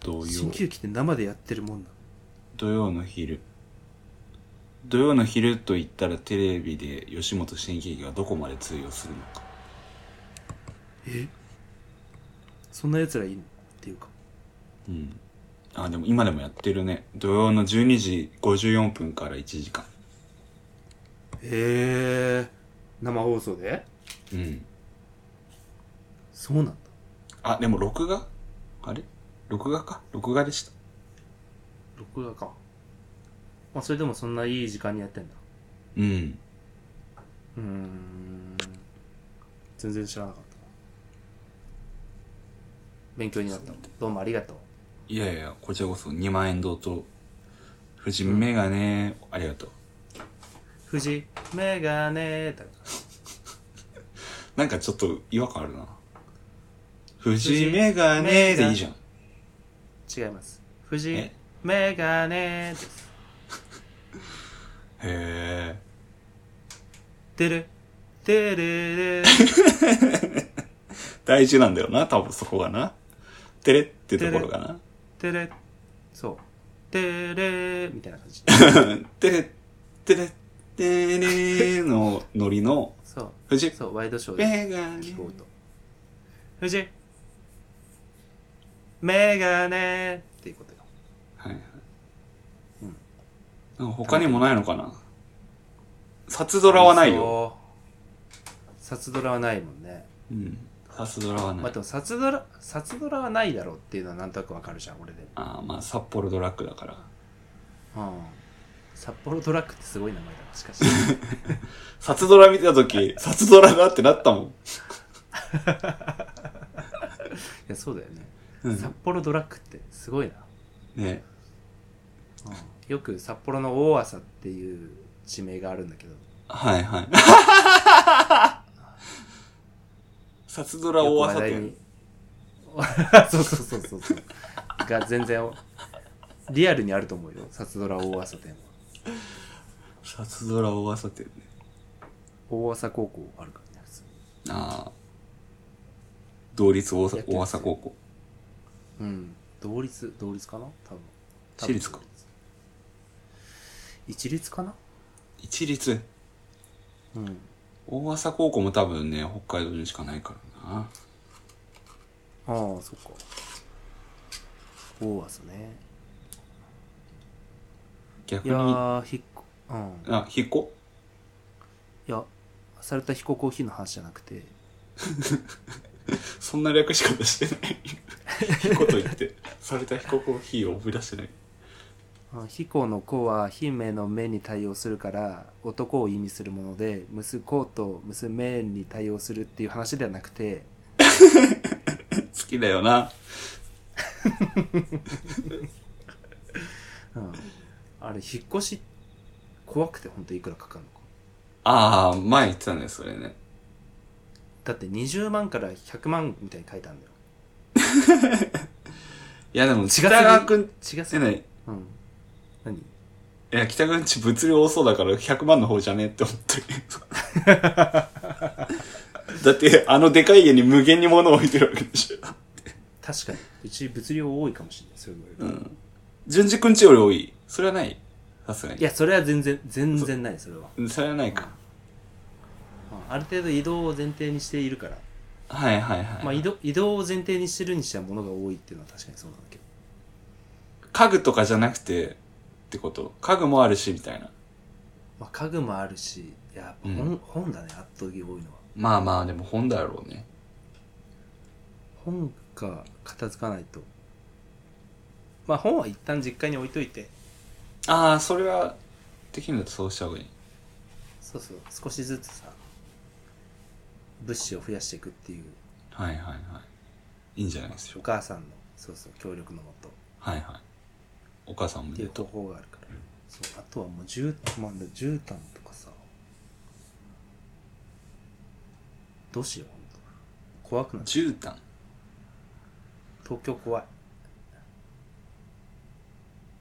Speaker 2: 土曜
Speaker 1: 新喜劇って生でやってるもんな
Speaker 2: 土曜の昼土曜の昼と言ったらテレビで吉本新喜劇がどこまで通用するのか
Speaker 1: えそんな奴らいいのっていうか
Speaker 2: うんあでも今でもやってるね土曜の12時54分から1時間
Speaker 1: へえ生放送で
Speaker 2: うん
Speaker 1: そうなんだ
Speaker 2: あでも録画あれ録画か録画でした
Speaker 1: 録画かまあそれでもそんないい時間にやってんだ
Speaker 2: うん
Speaker 1: うーん全然知らなかった勉強になったどうもありがとう
Speaker 2: いやいやこちらこそ2万円堂と富士メガネありがとう
Speaker 1: 富士メガネだから
Speaker 2: なんかちょっと違和感あるな富士メガネでいいじゃん
Speaker 1: 違います富士
Speaker 2: え
Speaker 1: メガネです
Speaker 2: へえ
Speaker 1: てるてるる
Speaker 2: 大事なんだよな、多分そこがな。てれってところがな。
Speaker 1: てれそうてれみたいな感
Speaker 2: (laughs)
Speaker 1: じ
Speaker 2: てれ、てれ、てれのノリの、
Speaker 1: そう
Speaker 2: 富士
Speaker 1: そうワイドショーで
Speaker 2: メガネ
Speaker 1: 聞。こうと富士メガネっていうことよ
Speaker 2: はいはい
Speaker 1: うん。
Speaker 2: なんか他にもないのかな札ドラはないよ。
Speaker 1: よ札ドラはないもんね
Speaker 2: うん。札ドラは
Speaker 1: ま
Speaker 2: な
Speaker 1: あ
Speaker 2: い
Speaker 1: で。も札ドラ札ドラはないだろうっていうのはなんとなくわかるじゃん俺で、
Speaker 2: ああ、まあ札幌ドラッグだから。
Speaker 1: うん、札幌ドラッグってすごい名前だなし
Speaker 2: (laughs)
Speaker 1: かし
Speaker 2: 札ドラ見てた時、札ドラだってなったもん。
Speaker 1: いやそうだよね、
Speaker 2: うん
Speaker 1: 札幌ドラッグってすごいな、
Speaker 2: ね。
Speaker 1: うん、よく札幌の大朝っていう地名があるんだけど
Speaker 2: は
Speaker 1: (laughs)
Speaker 2: いはい。札ドラ
Speaker 1: よく
Speaker 2: 大
Speaker 1: 話
Speaker 2: 朝
Speaker 1: 題
Speaker 2: 店
Speaker 1: に。そうそうそうそうそうが全然リアルにあると思うよ札ドラ大朝店は
Speaker 2: 札ドラ大朝店ね。
Speaker 1: 大朝高校あるからね普通に
Speaker 2: ああ。同率大
Speaker 1: や
Speaker 2: 阪
Speaker 1: ってるんで
Speaker 2: 大
Speaker 1: すよ
Speaker 2: 阪高校。
Speaker 1: うん同率同率かな多分
Speaker 2: 私立か
Speaker 1: 一律かな
Speaker 2: 一律。
Speaker 1: うん
Speaker 2: 大阪高校も多分ね、北海道にしかないからな。
Speaker 1: ああそっか大朝ね
Speaker 2: 逆
Speaker 1: い
Speaker 2: に、
Speaker 1: や
Speaker 2: あ、
Speaker 1: ーひっこうん
Speaker 2: 引っ越
Speaker 1: いやされた彦コーヒーの話じゃなくて
Speaker 2: そんな略し方して
Speaker 1: (laughs)
Speaker 2: ない。引っこと言って、された彦コーヒーを思い出してない。
Speaker 1: うん彦の子は姫の目に対応するから男を意味するもので息子と娘に対応するっていう話ではなくて
Speaker 2: 好きだよな。
Speaker 1: うんあれ、引っ越し、怖くて本当いくらかかるのか。
Speaker 2: ああ、前言ってたね、それね。
Speaker 1: だって20万から100万みたいに書いたんだよ。
Speaker 2: いや、でも、
Speaker 1: 違す
Speaker 2: 北川くん、
Speaker 1: 違う
Speaker 2: え、ない。
Speaker 1: うん。何
Speaker 2: いや、北川くんち物量多そうだから100万の方じゃねえって思って (laughs) る。だって、あのでかい家に無限に物を置いてるわけでしょ。
Speaker 1: 確かに。うち物量多いかもしれない。そういう
Speaker 2: う
Speaker 1: のよ
Speaker 2: ん。順次くんちより多い。それはないさすがに。
Speaker 1: りいや、それは全然、全然ない、それは。
Speaker 2: それはないか。
Speaker 1: うんある程度移動を前提にしているから。
Speaker 2: はいはいはい。
Speaker 1: まあ移動、移動を前提にしてるにしては物が多いっていうのは確かにそうなんだけど。
Speaker 2: 家具とかじゃなくて、ってこと。家具もあるし、みたいな。
Speaker 1: まあ家具もあるし、いややっぱ本、
Speaker 2: う
Speaker 1: 本だね、圧倒的に多いのは。
Speaker 2: まあまあ、でも本だろうね。
Speaker 1: 本が片付かないと。まあ本は一旦実家に置いといて、
Speaker 2: ああ、それは、できるんだとそうした方がいい。
Speaker 1: そうそう、少しずつさ、物資を増やしていくっていう、
Speaker 2: はいはいはい。いいんじゃないです
Speaker 1: お
Speaker 2: か。
Speaker 1: 母さんの、そうそう、協力のもと、っ
Speaker 2: はいはい。お母さんも
Speaker 1: てい
Speaker 2: ね
Speaker 1: う。方法があるから。そう、あとはもう絨毯、まあ、絨毯とかさ、どうしよう、ほんと。怖くなっちゃ
Speaker 2: 絨毯。
Speaker 1: う。東京怖い。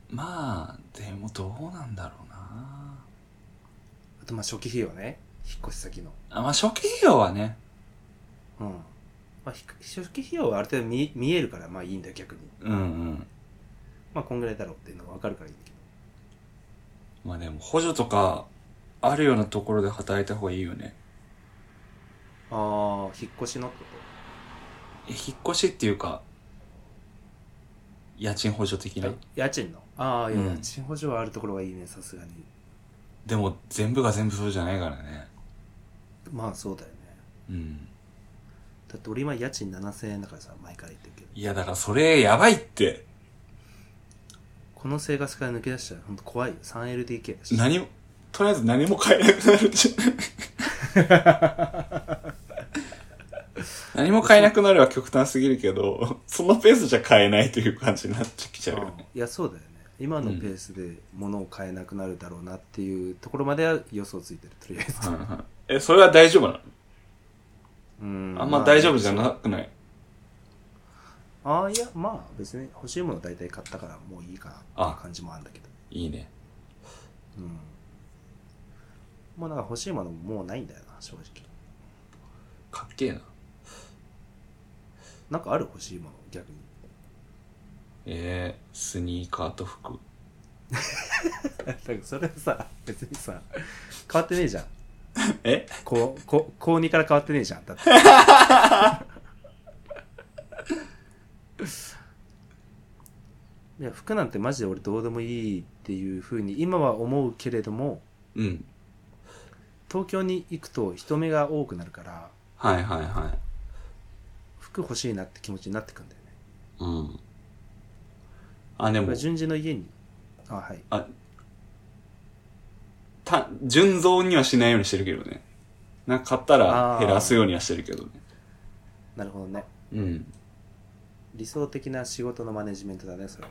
Speaker 2: まあ、でもどうなんだろうな。
Speaker 1: あとまあ初期費用ね、引っ越し先の。
Speaker 2: あまあ、初期費用はね。
Speaker 1: うん。まあ、ひ初期費用はある程度見見えるから、まあいいんだよ、逆に。
Speaker 2: うんうん。
Speaker 1: まあこんぐらいだろうっていうのが分かるからいいんだけど。
Speaker 2: まあでも、補助とか、あるようなところで働いた方がいいよね。
Speaker 1: ああ、引っ越しのってこ
Speaker 2: え引っ越しっていうか、家賃補助的
Speaker 1: と
Speaker 2: な。
Speaker 1: 家賃のああ、いや、
Speaker 2: うん
Speaker 1: 家賃補助はあるところはいいね、さすがに。
Speaker 2: でも、全部が全部そうじゃないからね。
Speaker 1: まあそうだよね。
Speaker 2: うん。
Speaker 1: だって俺今家賃7000円だからさ、前から言ってるけど。
Speaker 2: いや、だからそれ、やばいって。
Speaker 1: この生活から抜け出したら本当怖いよ。3LDK だし。
Speaker 2: 何も、とりあえず何も買えなくなるじゃん。何も買えなくなるは極端すぎるけど、そのペースじゃ買えないという感じになってきちゃうよ
Speaker 1: うん
Speaker 2: ね。
Speaker 1: いや、そうだよね。今のペースで物を買えなくなるだろうなっていうところまでは予想ついてる、とりあえず。
Speaker 2: え、それは大丈夫な
Speaker 1: うん
Speaker 2: のあんま大丈夫じゃなくない
Speaker 1: ああ、いや、まあ別に欲しいもの大体買ったからもういいかなっていう感じもあるんだけど。
Speaker 2: いいね。
Speaker 1: うん。もうなんか欲しいものももうないんだよな、正直。
Speaker 2: かっけえな。
Speaker 1: なんかある欲しいもの、逆 (laughs) に。
Speaker 2: えー、スニーカーと服。
Speaker 1: なんかそれさ、別にさ、変わってねえじゃん。
Speaker 2: え
Speaker 1: こう、こう、高2から変わってねえじゃん。だって。 (laughs) いや、服なんてマジで俺どうでもいいっていうふうに今は思うけれども、
Speaker 2: うん。
Speaker 1: 東京に行くと人目が多くなるから、
Speaker 2: はいはいは
Speaker 1: 服欲しいなって気持ちになってくんだよね。
Speaker 2: い。うん。あ、で
Speaker 1: こ
Speaker 2: も
Speaker 1: れ、順次の家に、あ、はい。
Speaker 2: た、純増にはしないようにしてるけどね。なんか買ったら
Speaker 1: あー
Speaker 2: 減らすようにはしてるけどね。
Speaker 1: なるほどね。
Speaker 2: うん。
Speaker 1: 理想的な仕事のマネジメントだね、それは。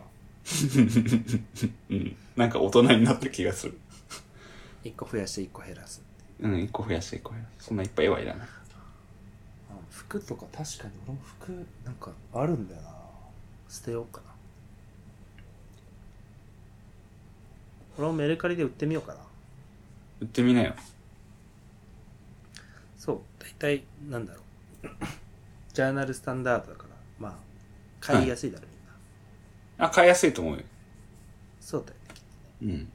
Speaker 2: うん。なんか大人になった気がする。
Speaker 1: 一個増やして一個減らす。
Speaker 2: うん、一個増やして一個減らしてそんないっぱいはいらない。
Speaker 1: あ服とか確かに俺も服なんかあるんだよな捨てようかな俺もメルカリで売ってみようかな
Speaker 2: 売ってみなよ。
Speaker 1: そう大体なんだ (coughs) ろうジャーナルスタンダードだからまあ買いやすいだろ、みんな
Speaker 2: あ、買いやすいと思うよ。
Speaker 1: そうだよね
Speaker 2: うん。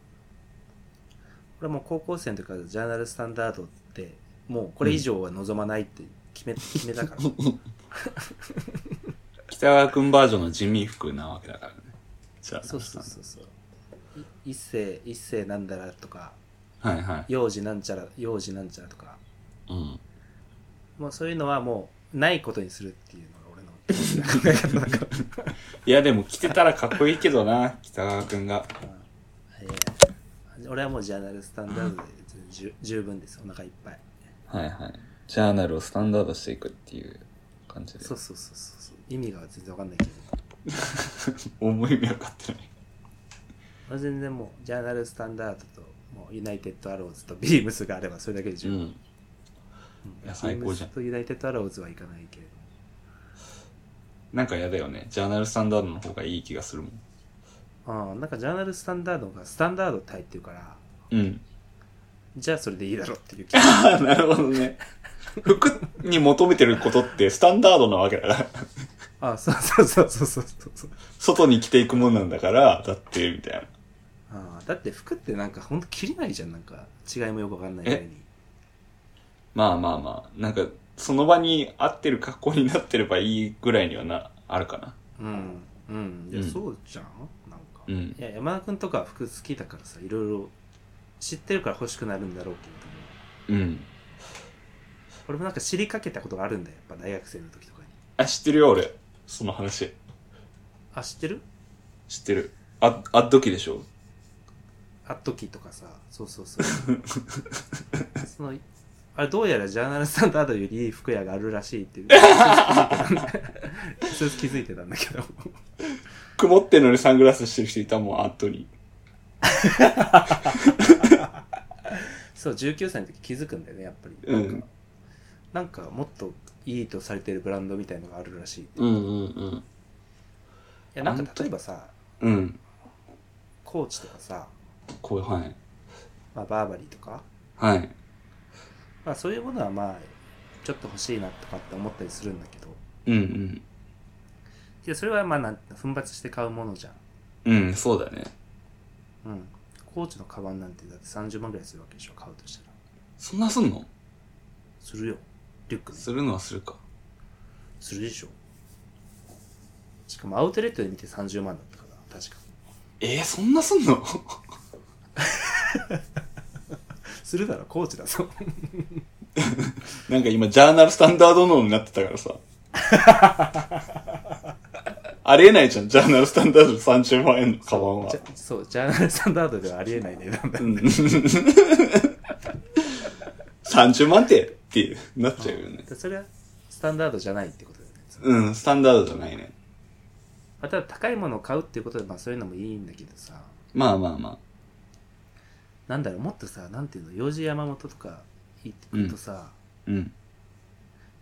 Speaker 1: 俺もう高校生の時からジャーナルスタンダードってもうこれ以上は望まないって決め,、決めたから
Speaker 2: 北川くんバージョンの地味服なわけだからね。じゃあ。
Speaker 1: そうそうそうそうい一世一世なんだらとか
Speaker 2: はいはい。
Speaker 1: 幼児なんちゃら幼児なんちゃらとか
Speaker 2: うん。
Speaker 1: もうそういうのはもうないことにするっていうのが俺の気持ちの考え (laughs) 方だから
Speaker 2: いや、でも着てたらかっこいいけどな、北川くんが。
Speaker 1: いやいや俺はもうジャーナルスタンダードで十十分ですお腹いっぱい
Speaker 2: はいはい。ジャーナルをスタンダードしていくっていう感じで。
Speaker 1: そうそうそう
Speaker 2: (laughs)
Speaker 1: そうそう意味が全然わかんないけど
Speaker 2: 思い目分かってない。
Speaker 1: まあ全然もうジャーナルスタンダードともうユナイテッドアローズとビームスがあればそれだけでし
Speaker 2: う
Speaker 1: ょ、うん
Speaker 2: ん。いや最高じゃん
Speaker 1: ビームスとユナイテッドアローズはいかないけれども
Speaker 2: なんか嫌だよね。ジャーナルスタンダードの方がいい気がするもん。
Speaker 1: ああなんかジャーナルスタンダードがスタンダードって入ってるから
Speaker 2: うん。
Speaker 1: じゃあそれでいいだろうっていう気が
Speaker 2: あ (laughs) あ、なるほどね。服に求めてることってスタンダードなわけだから。 (laughs)
Speaker 1: あそうそうそうそうそうそうそう
Speaker 2: 外に着ていくもんなんだから、だって、みたいな。
Speaker 1: ああだって服ってなんかほんと切れないじゃんなんか違いもよくわかんないぐらいに
Speaker 2: まあまあまあ、なんか、その場に合ってる格好になってればいいぐらいにはな、あるかな。
Speaker 1: うんうんいや
Speaker 2: うん
Speaker 1: そうじゃんなんか、
Speaker 2: うん
Speaker 1: いや山田君とかは服好きだからさいろいろ知ってるから欲しくなるんだろうけれども
Speaker 2: うん。
Speaker 1: 俺もなんか知りかけたことがあるんだよやっぱ大学生の時とかに
Speaker 2: あ、知ってるよ、俺。その話。
Speaker 1: あ知ってる
Speaker 2: 知ってる。あ、あっときでしょ
Speaker 1: あっときとかさそうそうそう (laughs) そのあれどうやらジャーナルスタンダードよりいい服屋があるらしいっていう (laughs) それ気づいてたんだけど
Speaker 2: 曇ってるのにサングラスしてる人いたもん、あっとに。
Speaker 1: そう19歳の時気づくんだよねやっぱり、
Speaker 2: うん。
Speaker 1: なんかもっといいとされてるブランドみたいのがあるらしいい
Speaker 2: うんうんうん。
Speaker 1: やなん
Speaker 2: あ
Speaker 1: か
Speaker 2: 本当
Speaker 1: 例えばさ
Speaker 2: うん。
Speaker 1: コーチとかさ、
Speaker 2: こういう、はい。
Speaker 1: まあ、バーバリーとか、
Speaker 2: はい。
Speaker 1: まあ、そういうものはまあちょっと欲しいなとかって思ったりするんだけど
Speaker 2: うん
Speaker 1: いやそれはまあなん奮発して買うものじゃん
Speaker 2: うん。うん、そうだね。
Speaker 1: うんコーチのカバンなんてだって30万ぐらいするわけでしょ買うとしたら
Speaker 2: そんなすんの
Speaker 1: するよリュックね
Speaker 2: するのはするか。
Speaker 1: するでしょしかもアウトレットで見て30万だったから確か
Speaker 2: えー、そんなすんの (laughs)
Speaker 1: するだろコーチだぞ
Speaker 2: なんか今、ジャーナルスタンダードのになってたから (laughs) さ。ありえないじゃん、ジャーナルスタンダードで30万円のカバンは
Speaker 1: じゃ。そうジャーナルスタンダードではありえない
Speaker 2: (laughs)
Speaker 1: 値段だ
Speaker 2: う
Speaker 1: よ
Speaker 2: ん30万ってっていう、なっちゃうよね。
Speaker 1: でそれはスタンダードじゃないってことだよね、
Speaker 2: うん、スタンダードじゃないね。
Speaker 1: まあ、ただ高いものを買うっていうことで、まあ、そういうのもいいんだけどさ
Speaker 2: まあまあまあ。
Speaker 1: なんだろうもっとさなんていうの幼児山本とか行ってくるとさ、
Speaker 2: うん。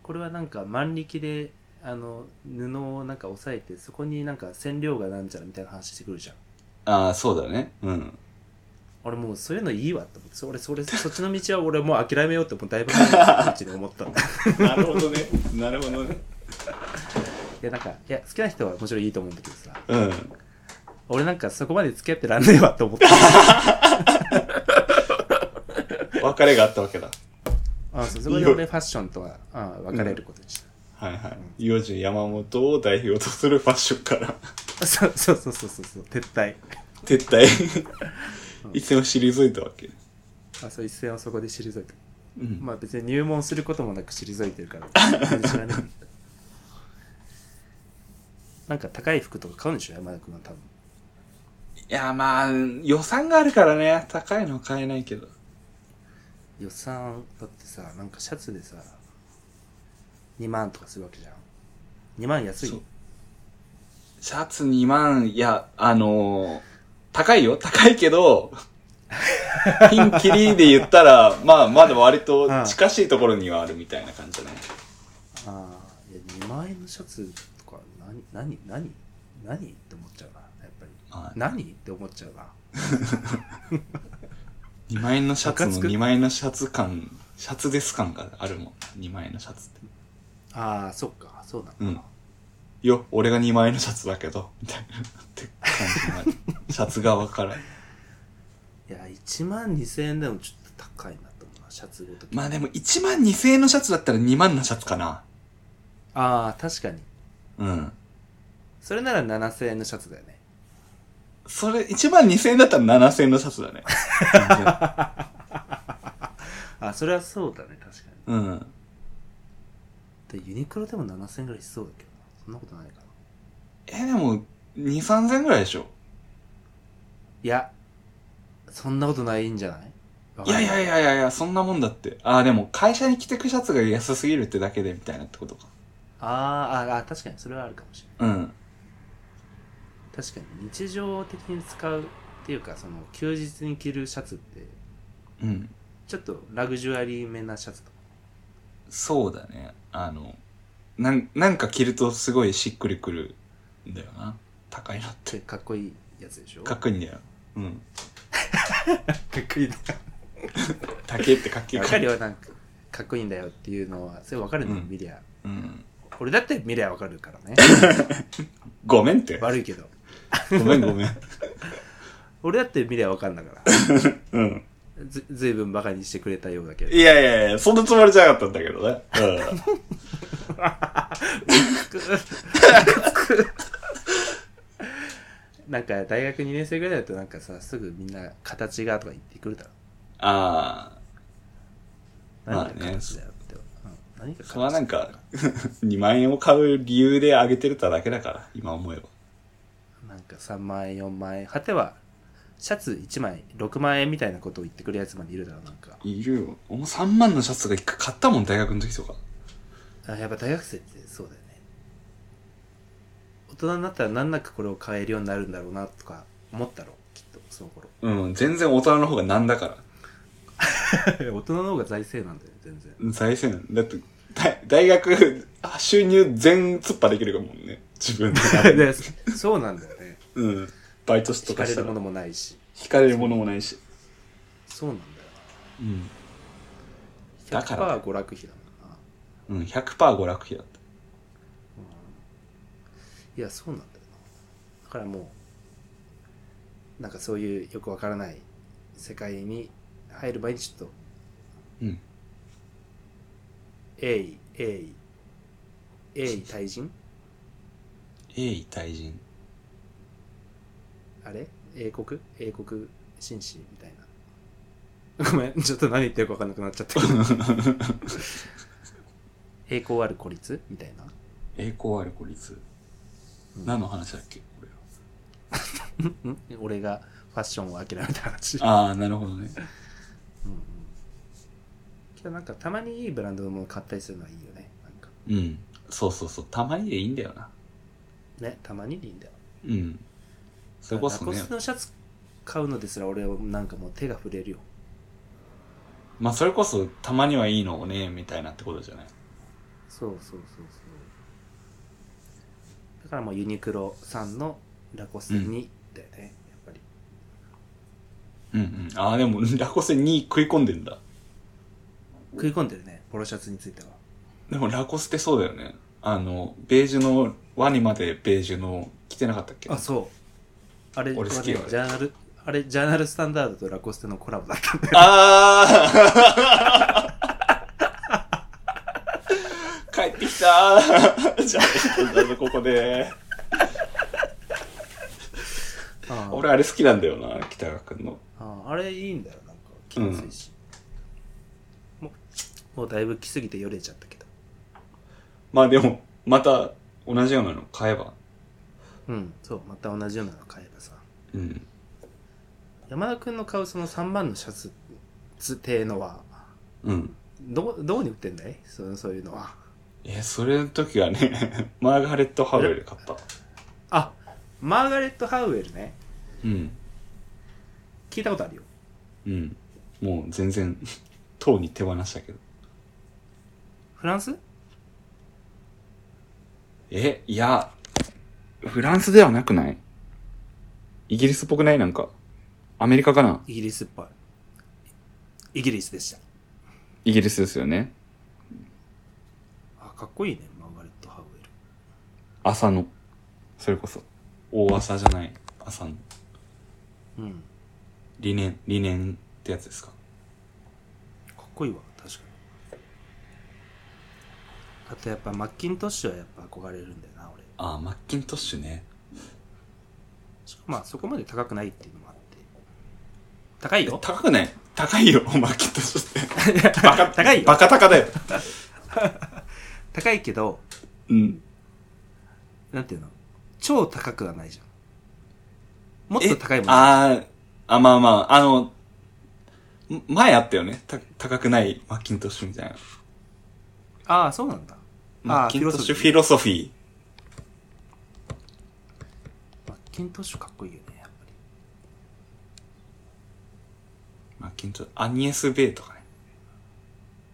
Speaker 1: これはなんか万力であの布をなんか押さえてそこになんか染料がなんちゃらみたいな話してくるじゃん
Speaker 2: ああ、そうだね。うん。
Speaker 1: 俺もうそういうのいいわって思ってそ俺それそっちの道は俺もう諦めようってもうだいぶ前の道で思ったんだい
Speaker 2: なるほどね。なるほどね。
Speaker 1: やなんかいや好きな人はもちろんいいと思うんだけどさ
Speaker 2: うん。
Speaker 1: 俺なんかそこまで付き合ってらんねえわって思った
Speaker 2: 別れがあったわけだ。
Speaker 1: あそうそこで俺ファッションとはあ別れることにした、
Speaker 2: はいはい。幼児山本を代表とするファッションから
Speaker 1: (laughs) そうそうそうそうそうそう撤退
Speaker 2: 撤退。一線を (laughs) 退いたわけ。
Speaker 1: あそう一線をそこで退いて
Speaker 2: うん。
Speaker 1: まあ別に入門することもなく退いてる
Speaker 2: (laughs)
Speaker 1: から全然知らないなんか高い服とか買うんでしょ山田君は多分
Speaker 2: いや、まあ、予算があるからね、高いのは買えないけど。
Speaker 1: 予算だってさなんかシャツでさ2万とかするわけじゃん2万安い
Speaker 2: そうシャツ2万、いや、あのー高いよ、高いけ (laughs) ど、ピンキリで言ったら、まあ、まだ割と近しいところにはあるみたいな感じだね。
Speaker 1: ああいや2万円のシャツとか何何何何って思っちゃうなやっぱり
Speaker 2: まあ、
Speaker 1: 何って思っちゃうな
Speaker 2: 2万円のシャツ
Speaker 1: ムカつ
Speaker 2: の
Speaker 1: く
Speaker 2: 2万円のシャツ感、シャツです感があるもん。2万円のシャツって。
Speaker 1: ああそっかそうなのかな、
Speaker 2: うんよ、俺が2万円のシャツだけど、みたいなって感じになる。シャツ側から。
Speaker 1: いや、1万2000円でもちょっと高いなと思うな、シャツごとき。
Speaker 2: まあでも1万2000円のシャツだったら2万のシャツかな。
Speaker 1: ああ、確かに。
Speaker 2: うん。
Speaker 1: それなら7000円のシャツだよね。
Speaker 2: それ、1万2000円だったら7000円のシャツ
Speaker 1: (laughs)
Speaker 2: だね。
Speaker 1: あ、それはそうだね、確か
Speaker 2: うん。
Speaker 1: に。で、ユニクロでも7000円ぐらいしそうだけどな。そんなことないかな。
Speaker 2: え、でも、2、3000円ぐらいでしょ。
Speaker 1: いや、そんなことないんじゃない
Speaker 2: いやいやい
Speaker 1: や。
Speaker 2: やいやいや、そんなもんだって。ああ、でも、会社に着てくシャツが安すぎるってだけで、みたいなってことか。
Speaker 1: あーあー、あー確かに、それはあるかもしれない。
Speaker 2: うん。
Speaker 1: 確かに、日常的に使うっっていうかその休日に着るシャツって
Speaker 2: うん。
Speaker 1: ちょっとラグジュアリーめなシャツとか
Speaker 2: そうだね。あの、なん、なんか着るとすごいしっくりくるんだよな。高い
Speaker 1: (laughs)
Speaker 2: のって。
Speaker 1: でかっこいいやつでしょ
Speaker 2: かっこいいんだよ。う
Speaker 1: か
Speaker 2: ん。
Speaker 1: っこいい
Speaker 2: 竹ってかっけえ
Speaker 1: わ
Speaker 2: か
Speaker 1: からるよなんかかっこいいんだよっていうのはそれわかるの、
Speaker 2: うん
Speaker 1: ミリア
Speaker 2: うん。
Speaker 1: 俺だってミリアわかる (laughs) からね
Speaker 2: ごめんって。
Speaker 1: 悪いけど
Speaker 2: ごめんごめん。
Speaker 1: 俺だってミリアわかんだから
Speaker 2: (laughs) うん。
Speaker 1: ずずいぶんバカにしてくれたようだけど
Speaker 2: いやいやいや、そんなつもりじゃなかったんだけどね。うん。
Speaker 1: (laughs) なんか大学2年生ぐらいだとなんかさすぐみんな形がとか言ってくるだろ
Speaker 2: ああ、ま
Speaker 1: 何
Speaker 2: あ
Speaker 1: が
Speaker 2: ね
Speaker 1: 形だよって、うん、何が
Speaker 2: それは
Speaker 1: 形
Speaker 2: なんか、2万円を買う理由で上げてただけだから、今思えば。
Speaker 1: なんか3万円4万円果てはシャツ1枚6万円みたいなことを言ってくるやつまでいるだろうなんか
Speaker 2: いるよ。お前3万のシャツが一回買ったもん、大学の時とか。
Speaker 1: あやっぱ大学生ってそうだよね大人になったら難なくこれを買えるようになるんだろうなとか思ったろきっとその頃
Speaker 2: うん、全然大人の方がなんだから。
Speaker 1: (laughs) 大人の方が財政なんだよね全然
Speaker 2: 財政なんだって、大大学、あ収入全突破できるかもんね。自 (laughs) 分で。
Speaker 1: (laughs) でそうなんだよね
Speaker 2: うん。バイトしと
Speaker 1: 惹か
Speaker 2: か
Speaker 1: れ
Speaker 2: した
Speaker 1: る
Speaker 2: ら
Speaker 1: も。のもないし
Speaker 2: 惹かれるものもないし。
Speaker 1: そうなんだよ
Speaker 2: うん。
Speaker 1: な
Speaker 2: だから
Speaker 1: 100%娯楽費だもんな
Speaker 2: うん、100%娯楽費だった。
Speaker 1: いやそうなんだよなだからもうなんかそういうよくわからない世界に入る前にちょっと
Speaker 2: うん。
Speaker 1: 鋭意鋭意鋭意退陣
Speaker 2: 鋭意退陣。
Speaker 1: あれ英国英国紳士みたいなごめんちょっと何言ってるかわかんなくなっちゃったけど (laughs) 栄光ある孤立みたいな
Speaker 2: 栄光ある孤立。何の話だっけこれ
Speaker 1: ん俺がファッションを諦めた話
Speaker 2: ああ、なるほどね。
Speaker 1: けどなんかたまにいいブランドのもの買ったりするのはいいよねなんか
Speaker 2: うん。そうそうそう。たまにでいいんだよな。
Speaker 1: ねたまにでいいんだよ
Speaker 2: うん。それこそ
Speaker 1: ラコ
Speaker 2: ね
Speaker 1: ス。のシャツ買うのですら俺はなんかもう手が触れるよ
Speaker 2: まあ、それこそ、たまにはいいのをね、みたいなってことじゃない。
Speaker 1: そうそうそうそうだからもうユニクロさんのラコスにだよね、やっぱり
Speaker 2: うんうん。ああ、でも、ラコスに食い込んでんだ。
Speaker 1: 食い込んでるねポロシャツについては
Speaker 2: でも、ラコスってそうだよね。あの、ベージュの、ワニまでベージュの、着てなかったっけ
Speaker 1: あそうあれ
Speaker 2: 俺好きよ
Speaker 1: あれジャーナルあれジャーナルスタンダードとラコステのコラボだったんだよ
Speaker 2: あー (laughs) 帰ってきたー (laughs) じゃあ、どうぞここで。
Speaker 1: あ
Speaker 2: 俺、あれ好きなんだよな、北川くんの。
Speaker 1: ああれいいんだよなんか気のせいし、もうもうだいぶ来すぎてよれちゃったけど
Speaker 2: まあでも、また、同じようなの買えば。
Speaker 1: うんそうまた同じようなの買えばさ
Speaker 2: うん。
Speaker 1: 山田君の買うその3万のシャツっていうのは
Speaker 2: うん。
Speaker 1: どどうに売ってんだいそのそういうのは
Speaker 2: え、それの時はね、 (laughs) マーガレット・ハウエルで買った。
Speaker 1: あマーガレット・ハウエルね
Speaker 2: うん。
Speaker 1: 聞いたことあるよ
Speaker 2: うん。もう全然、 (laughs) とうに手放したけど。
Speaker 1: フランス
Speaker 2: え、いや、フランスではなくないイギリスっぽくないなんか。アメリカかな
Speaker 1: イギリスっぽいイギリスでした
Speaker 2: イギリスですよね。
Speaker 1: あかっこいいねマーガレット・ハウエル
Speaker 2: 朝の。それこそ。大朝じゃない。朝の。
Speaker 1: うん
Speaker 2: 理念、理念ってやつですか。
Speaker 1: かっこいいわ確かにあとやっぱマッキントッシュはやっぱ憧れるんだよな俺
Speaker 2: ああ、マッキントッシュね。
Speaker 1: しかもまあそこまで高くないっていうのもあって高い
Speaker 2: (laughs)
Speaker 1: よ
Speaker 2: 高くない高いよ、マッキントッシュって。バカ、
Speaker 1: (laughs) 高いよ
Speaker 2: バカ高だよ。
Speaker 1: 高いけど
Speaker 2: うん。
Speaker 1: なんていうの超高くはないじゃんもっ
Speaker 2: え
Speaker 1: と高いもん
Speaker 2: あーあ、まあまあ、あの、ん前あったよね。た高くないマッキントッシュみたいな。
Speaker 1: ああそうなんだあ
Speaker 2: マッキントッシュ
Speaker 1: フ
Speaker 2: フ
Speaker 1: ィ
Speaker 2: ィロソフィー。
Speaker 1: マッキントッシュかっこいいよねやっぱり
Speaker 2: 近所、アニエス・ベイとかね。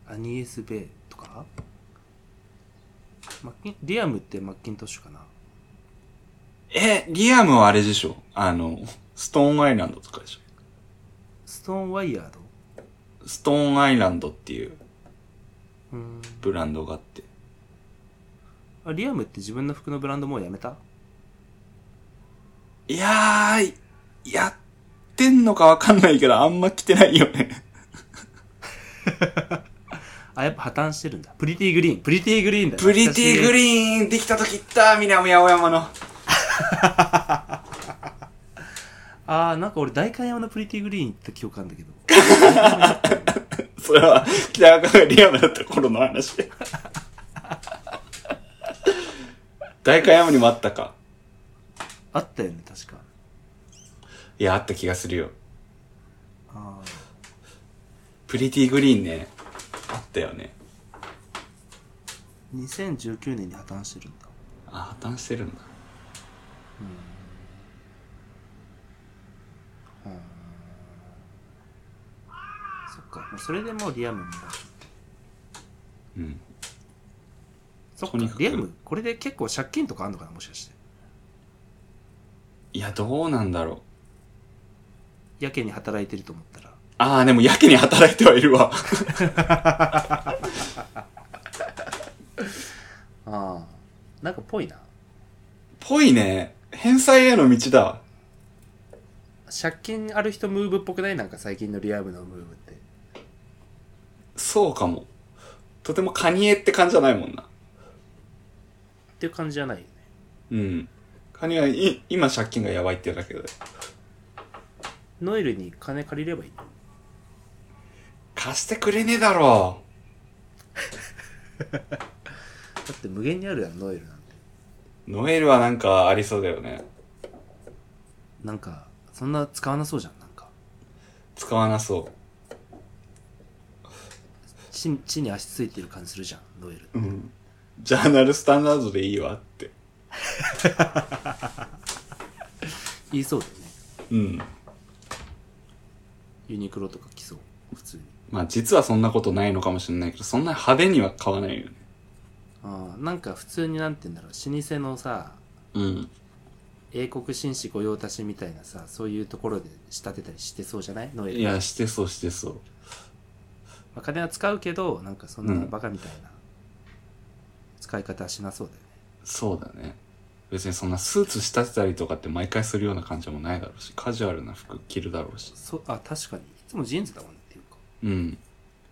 Speaker 1: アニエス・ベイとかマッキンリアムってマッキントッシュかな
Speaker 2: え、リアムはあれでしょあの、ストーンアイランドとかでし
Speaker 1: ストーンワイヤード
Speaker 2: ょストーンアイランドっていう
Speaker 1: うーん
Speaker 2: ブランドがあって。
Speaker 1: あリアムって自分の服のブランドもうやめた
Speaker 2: いやー、やってんのかわかんないけど、あんま着てないよね。
Speaker 1: あやっぱ破綻してるんだプリティグリーンプリティグリーンだ
Speaker 2: プリティグ
Speaker 1: ーン
Speaker 2: リーンできたときった、みなみやおやまの。
Speaker 1: ああなんか俺代官山のプリティグリーン行った記憶あるんだけど
Speaker 2: それは、北川がリアムだった頃の話。大会山にもあったか。
Speaker 1: あったよね確か
Speaker 2: いや、あった気がするよ。
Speaker 1: ああ
Speaker 2: プリティグリーンね。あったよね。
Speaker 1: 2019年に破綻してるんだ
Speaker 2: あ、破綻してるんだ。
Speaker 1: そっかもうそれでもうリアムも
Speaker 2: うん。
Speaker 1: そっ
Speaker 2: と
Speaker 1: か
Speaker 2: にかく
Speaker 1: リアムこれで結構借金とかあんのかなもしかして
Speaker 2: いや、どうなんだろう。
Speaker 1: やけに働いてると思ったら
Speaker 2: ああ、でもやけに働いてはいるわ。
Speaker 1: ああなんかぽいな
Speaker 2: ぽいね。返済への道だわ。
Speaker 1: 借金ある人ムーブっぽくないなんか最近のリアムのムーブって
Speaker 2: そうかも。とてもカニエって感じじゃないもんな。
Speaker 1: っていう感じじゃないよね
Speaker 2: うん。カニエはい、今借金がやばいって言うだけど。
Speaker 1: ノエルに金借りればいいの
Speaker 2: 貸してくれねえだろ
Speaker 1: だって無限にあるやんノエルなんて
Speaker 2: う。ノエルはなんかありそうだよね。
Speaker 1: なんかそんな使わなそうじゃんなんか
Speaker 2: 使わなそ
Speaker 1: 地地に足ついてる感じするじゃんノエル
Speaker 2: う。うん。ジャーナルスタンダードでいいわって。
Speaker 1: 言いそうだよね
Speaker 2: うん。
Speaker 1: ユニクロとか着そう普通に
Speaker 2: まあ実はそんなことないのかもしれないけど、そんな派手には買わないよね。
Speaker 1: ああなんか普通になんて言うんだろう老舗のさ
Speaker 2: うん。
Speaker 1: 英国紳士御用達みたいなさそういうところで仕立てたりしてそうじゃないノエル
Speaker 2: いや、してそうしてそう。
Speaker 1: まあ、金は使うけどなんかそん
Speaker 2: う
Speaker 1: なんバカみたいな使い方はしなそうだよね、
Speaker 2: そうだね。別にそんなスーツ仕立てたりとかって毎回するような感じもないだろうし、カジュアルな服着るだろうし。
Speaker 1: そあ確かにいつもジーンズだもんねっていうか
Speaker 2: うん。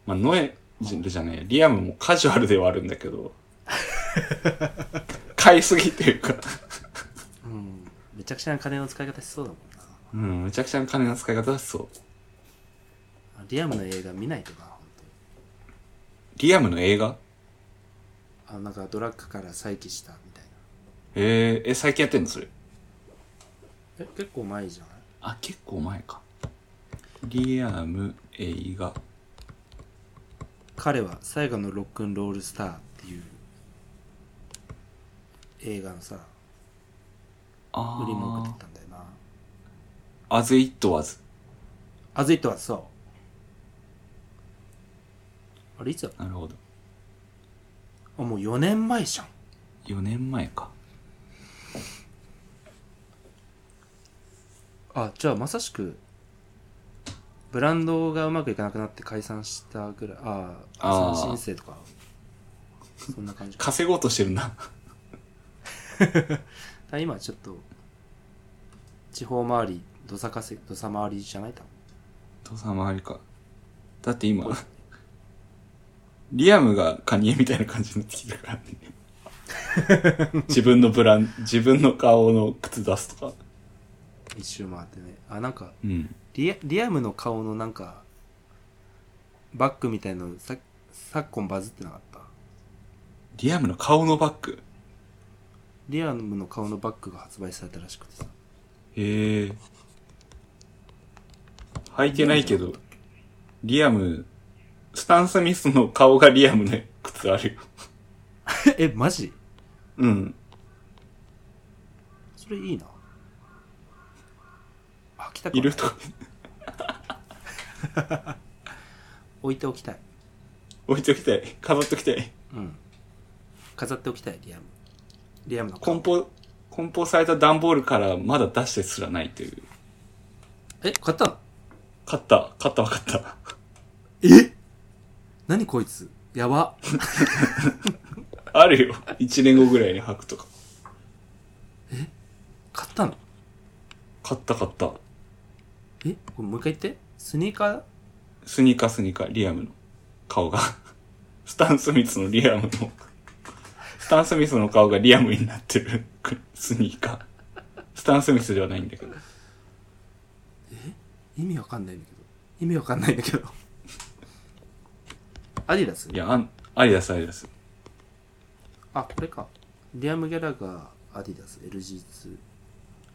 Speaker 2: まあ、ノエルじゃねえ、リアムもカジュアルではあるんだけ (laughs) ど、買いすぎっていうか、
Speaker 1: うんめちゃくちゃな金の使い方しそうだもんな
Speaker 2: うん、むちゃくちゃな金の使い方だしそう。
Speaker 1: リアムの映画見ないとな本
Speaker 2: リアムの映画
Speaker 1: 当あなんかドラッグから再起したみたい
Speaker 2: えー、え、最近やってんのそれ。
Speaker 1: なえ結構前じゃない
Speaker 2: あ、結構前か。リアム映画。
Speaker 1: 彼は最後のロックンロールスターっていう映画のさ
Speaker 2: あ
Speaker 1: 売り文句だっ
Speaker 2: ー
Speaker 1: たんだよな
Speaker 2: アズイットワズ。
Speaker 1: あずいとはそうあれいつだ
Speaker 2: なるほど。
Speaker 1: あもう4年前じゃん
Speaker 2: 4年前か。
Speaker 1: あじゃあまさしくブランドがうまくいかなくなって解散したぐらいあ
Speaker 2: あ
Speaker 1: あ
Speaker 2: ー
Speaker 1: 解散申請とかそんな感じか
Speaker 2: 稼ごうとしてるな。
Speaker 1: だ今ちょっと地方回り土佐かせ土佐回りじゃない多分
Speaker 2: 父さん周りか。だって今、リアムがカニエみたいな感じになってきてるからね。自分のブラン、自分の顔の靴出すとか。
Speaker 1: 一周回ってねあなんか
Speaker 2: うん。
Speaker 1: リアリアムの顔のなんかバッグみたいなのさ昨今バズってなかった
Speaker 2: リアムの顔のバッグ。
Speaker 1: リアムの顔のバッグが発売されたらしくてさ
Speaker 2: へえ。履いてないけど、リアム、スタン・スミスの顔がリアムの靴あるよ。
Speaker 1: えマジ
Speaker 2: うん。
Speaker 1: それいいなあ来たか
Speaker 2: いるとか。
Speaker 1: 置いておきたい。
Speaker 2: 置いときたい。飾っときたい。
Speaker 1: うん。飾っておきたい、リアム。リアムの顔
Speaker 2: 梱包、梱包された段ボールからまだ出してすらないという。
Speaker 1: え、買ったの
Speaker 2: 買った、買ったわかった。
Speaker 1: え何こいつやば。
Speaker 2: あるよ。1年後ぐらいに履くとか。
Speaker 1: 買ったの
Speaker 2: 買った買った。
Speaker 1: えこれもう一回言って。スニーカー
Speaker 2: スニーカースニーカー、リアムの顔が。 (laughs) スタン・スミスのリアムの、スタン・スミスの顔がリアムになってるスニーカー。スタン・スミスではないんだけど。
Speaker 1: 意味わかんないんだけど。意味わかんないんだけど。 (laughs) アディダス
Speaker 2: いや、あんアリダスアリダス。
Speaker 1: あ、これか。リアム・ギャラガー、アディダス、LG2。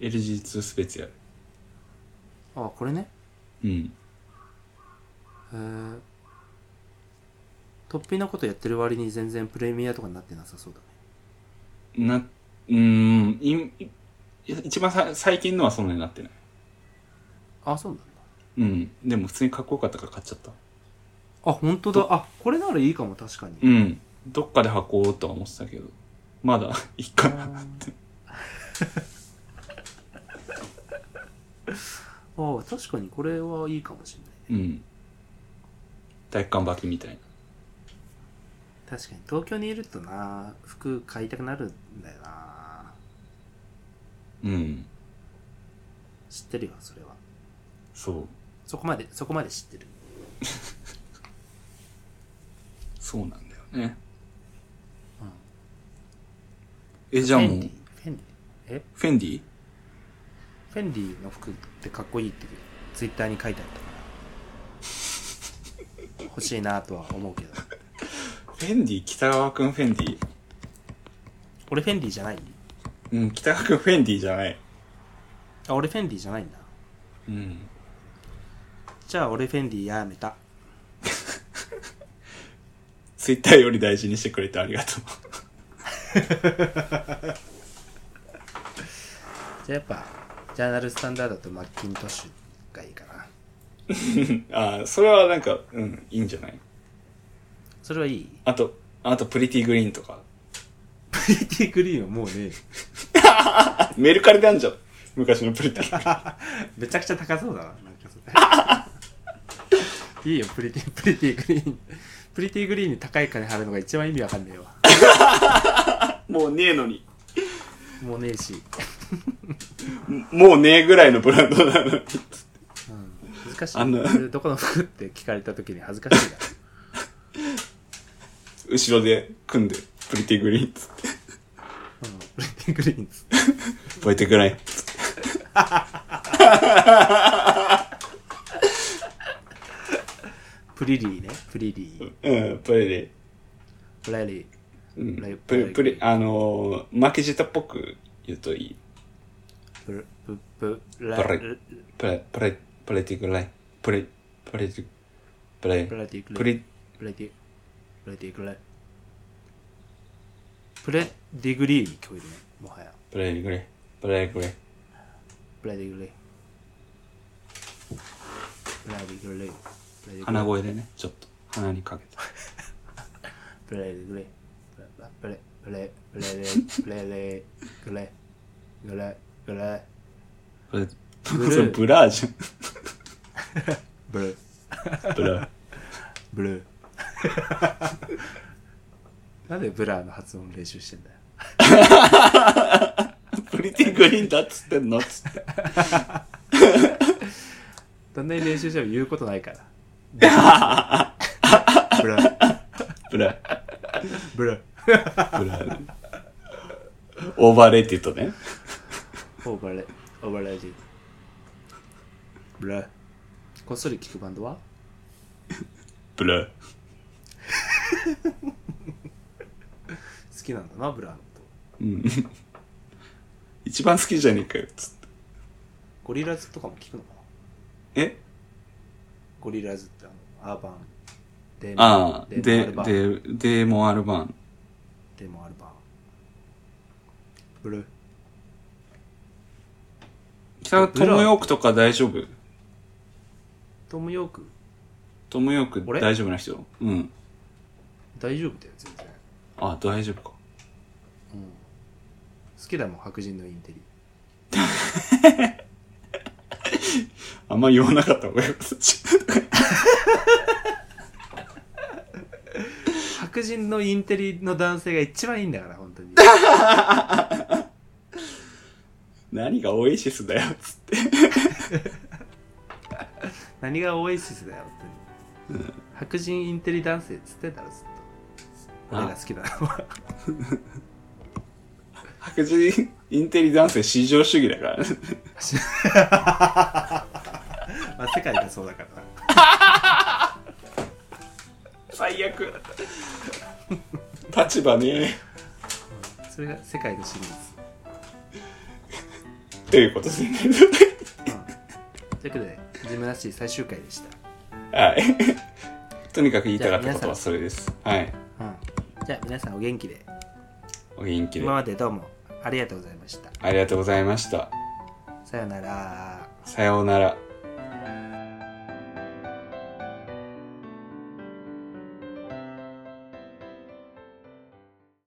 Speaker 2: LG2 スペシャル。
Speaker 1: あ、これね。
Speaker 2: うん。
Speaker 1: へー突飛なことやってる割に全然プレミアとかになってなさそうだね。
Speaker 2: な、うーん、いい一番さ最近のはそんなになってない。
Speaker 1: あ、そうなんだ。
Speaker 2: うん。でも普通にかっこよかったから買っちゃった。
Speaker 1: あ、本当だ。あ、これならいいかも、確かに。
Speaker 2: うん。どっかで履こうとは思ってたけど。まだ、いいか
Speaker 1: あ
Speaker 2: な
Speaker 1: ー
Speaker 2: って。
Speaker 1: あー確かにこれはいいかもしれない。
Speaker 2: うん。体育館履きみたいな。
Speaker 1: 確かに東京にいるとな服買いたくなるんだよな
Speaker 2: うん。
Speaker 1: 知ってるよそれは
Speaker 2: そう。
Speaker 1: そこまでそこまで知ってる
Speaker 2: そうなんだよ
Speaker 1: う
Speaker 2: ね。
Speaker 1: ん
Speaker 2: え、じ
Speaker 1: フ
Speaker 2: ゃあ
Speaker 1: ェ
Speaker 2: も
Speaker 1: ン
Speaker 2: う
Speaker 1: ディ、フェンディえ
Speaker 2: フェンディ
Speaker 1: フェンディの服ってかっこいいってツイッターに書いてあったから欲しいなとは思うけど
Speaker 2: フェンディ北川くんフェンディ
Speaker 1: 俺フェンディじゃない
Speaker 2: うん、北川くんフェンディじゃない。
Speaker 1: あ俺フェンディじゃないんだ
Speaker 2: うん。
Speaker 1: じゃあ俺フェンディやめた
Speaker 2: ツイッターより大事にしてくれてありが (laughs) とう。
Speaker 1: じゃあやっぱジャーナルスタンダードとマッキントッシュがいいかな
Speaker 2: ああ、それはなんか、うん、いいんじゃない
Speaker 1: それはいい
Speaker 2: あと、あと、プリティグリーンとか。
Speaker 1: プリティグリーンはもうね
Speaker 2: あ、メルカリであんじゃん。昔のプリティ。
Speaker 1: (laughs) めちゃくちゃ高そうだななんか (laughs) それいいよプリティプリティグリーンプリティグリーンに高い金払うのが一番意味わかんねえわ
Speaker 2: (laughs) もうねえのに。
Speaker 1: もうねえし、
Speaker 2: もうねえぐらいのブランドなのに。
Speaker 1: うん、難しい
Speaker 2: あんな
Speaker 1: それどこの服って聞かれた時に恥ずかしいな
Speaker 2: 後ろで組んで、プリティグリーンっつっ
Speaker 1: うん (laughs) プリティグリーンズ
Speaker 2: て。置いてくない。
Speaker 1: プリリーねプリリ
Speaker 2: うん、プリテ
Speaker 1: ープラリー
Speaker 2: ィ。うん
Speaker 1: プリ
Speaker 2: プリ、プリ、あのー、負け舌っぽく言うといい。
Speaker 1: プルププラ
Speaker 2: プリプレ、プレ、プレティグライン。プレ、プレティ、プレ、
Speaker 1: プラティグ
Speaker 2: プ
Speaker 1: リー
Speaker 2: リ、
Speaker 1: プレディプレディグレプレディグリーに聞こえるねもはや
Speaker 2: プレグレ、プレグレ。
Speaker 1: プレディグレプレディグレプレディグレ
Speaker 2: 鼻声でね、ちょっと、鼻にかけて。
Speaker 1: プレディグレプレプレプレプレプレプレグレグレグレ
Speaker 2: これ、
Speaker 1: ブルー
Speaker 2: それブラーじゃ
Speaker 1: ブルー
Speaker 2: ん。ブラー。
Speaker 1: ブルー (laughs) なんでブラーの発音練習してんだよ (laughs)
Speaker 2: プリティグリーンだっつってんのっつって。
Speaker 1: どんなに練習しても言うことないからブラーブ
Speaker 2: ブラー、
Speaker 1: ラー
Speaker 2: ブラー。オーバーレイティッドね。
Speaker 1: オーバーレオーバーレイジブラこっそり聞くバンドは
Speaker 2: ブラー。
Speaker 1: 好きなんだなブラのこと
Speaker 2: うん。一番好きじゃねえかよ、つって。
Speaker 1: ゴリラズとかも聞くのかな
Speaker 2: え
Speaker 1: ゴリラズってあのアーバンデーモン
Speaker 2: ああ、で、
Speaker 1: デー
Speaker 2: で
Speaker 1: モンアルバン、
Speaker 2: デーモ
Speaker 1: デーモ
Speaker 2: ンアルバーン。
Speaker 1: ンアルバンブルー
Speaker 2: 北川、トムヨークとか大丈夫
Speaker 1: トム・ヨーク
Speaker 2: トムヨーク
Speaker 1: 俺
Speaker 2: 大丈夫な人うん。
Speaker 1: 大丈夫だよ全然、
Speaker 2: あ、大丈夫か。
Speaker 1: うん、好きだもん白人のインテリ
Speaker 2: あんま言わなかった方がよかった。
Speaker 1: 白人のインテリの男性が一番いいんだから本 (laughs) 当に
Speaker 2: (laughs) 何がオエシスだよ、つって。
Speaker 1: 何がオエシスだよ本当に、白人インテリ男性っつってたらずっと
Speaker 2: あ
Speaker 1: 俺が好きだろ
Speaker 2: 白人インテリ男性至上主義だからね。 (laughs)
Speaker 1: まあ世界がそうだからな
Speaker 2: 最悪。立場ね
Speaker 1: それが世界の真実
Speaker 2: え。ということですね。
Speaker 1: ということでジムナスティ最終回でし
Speaker 2: はい。 (laughs) とにかく言いたかったことはそれです。はい。
Speaker 1: た、うん、じゃあ皆さんお元気で
Speaker 2: お元気で
Speaker 1: 今。までどうもありがとうございました
Speaker 2: ありがとうございました。
Speaker 1: さようなら
Speaker 2: さようなら。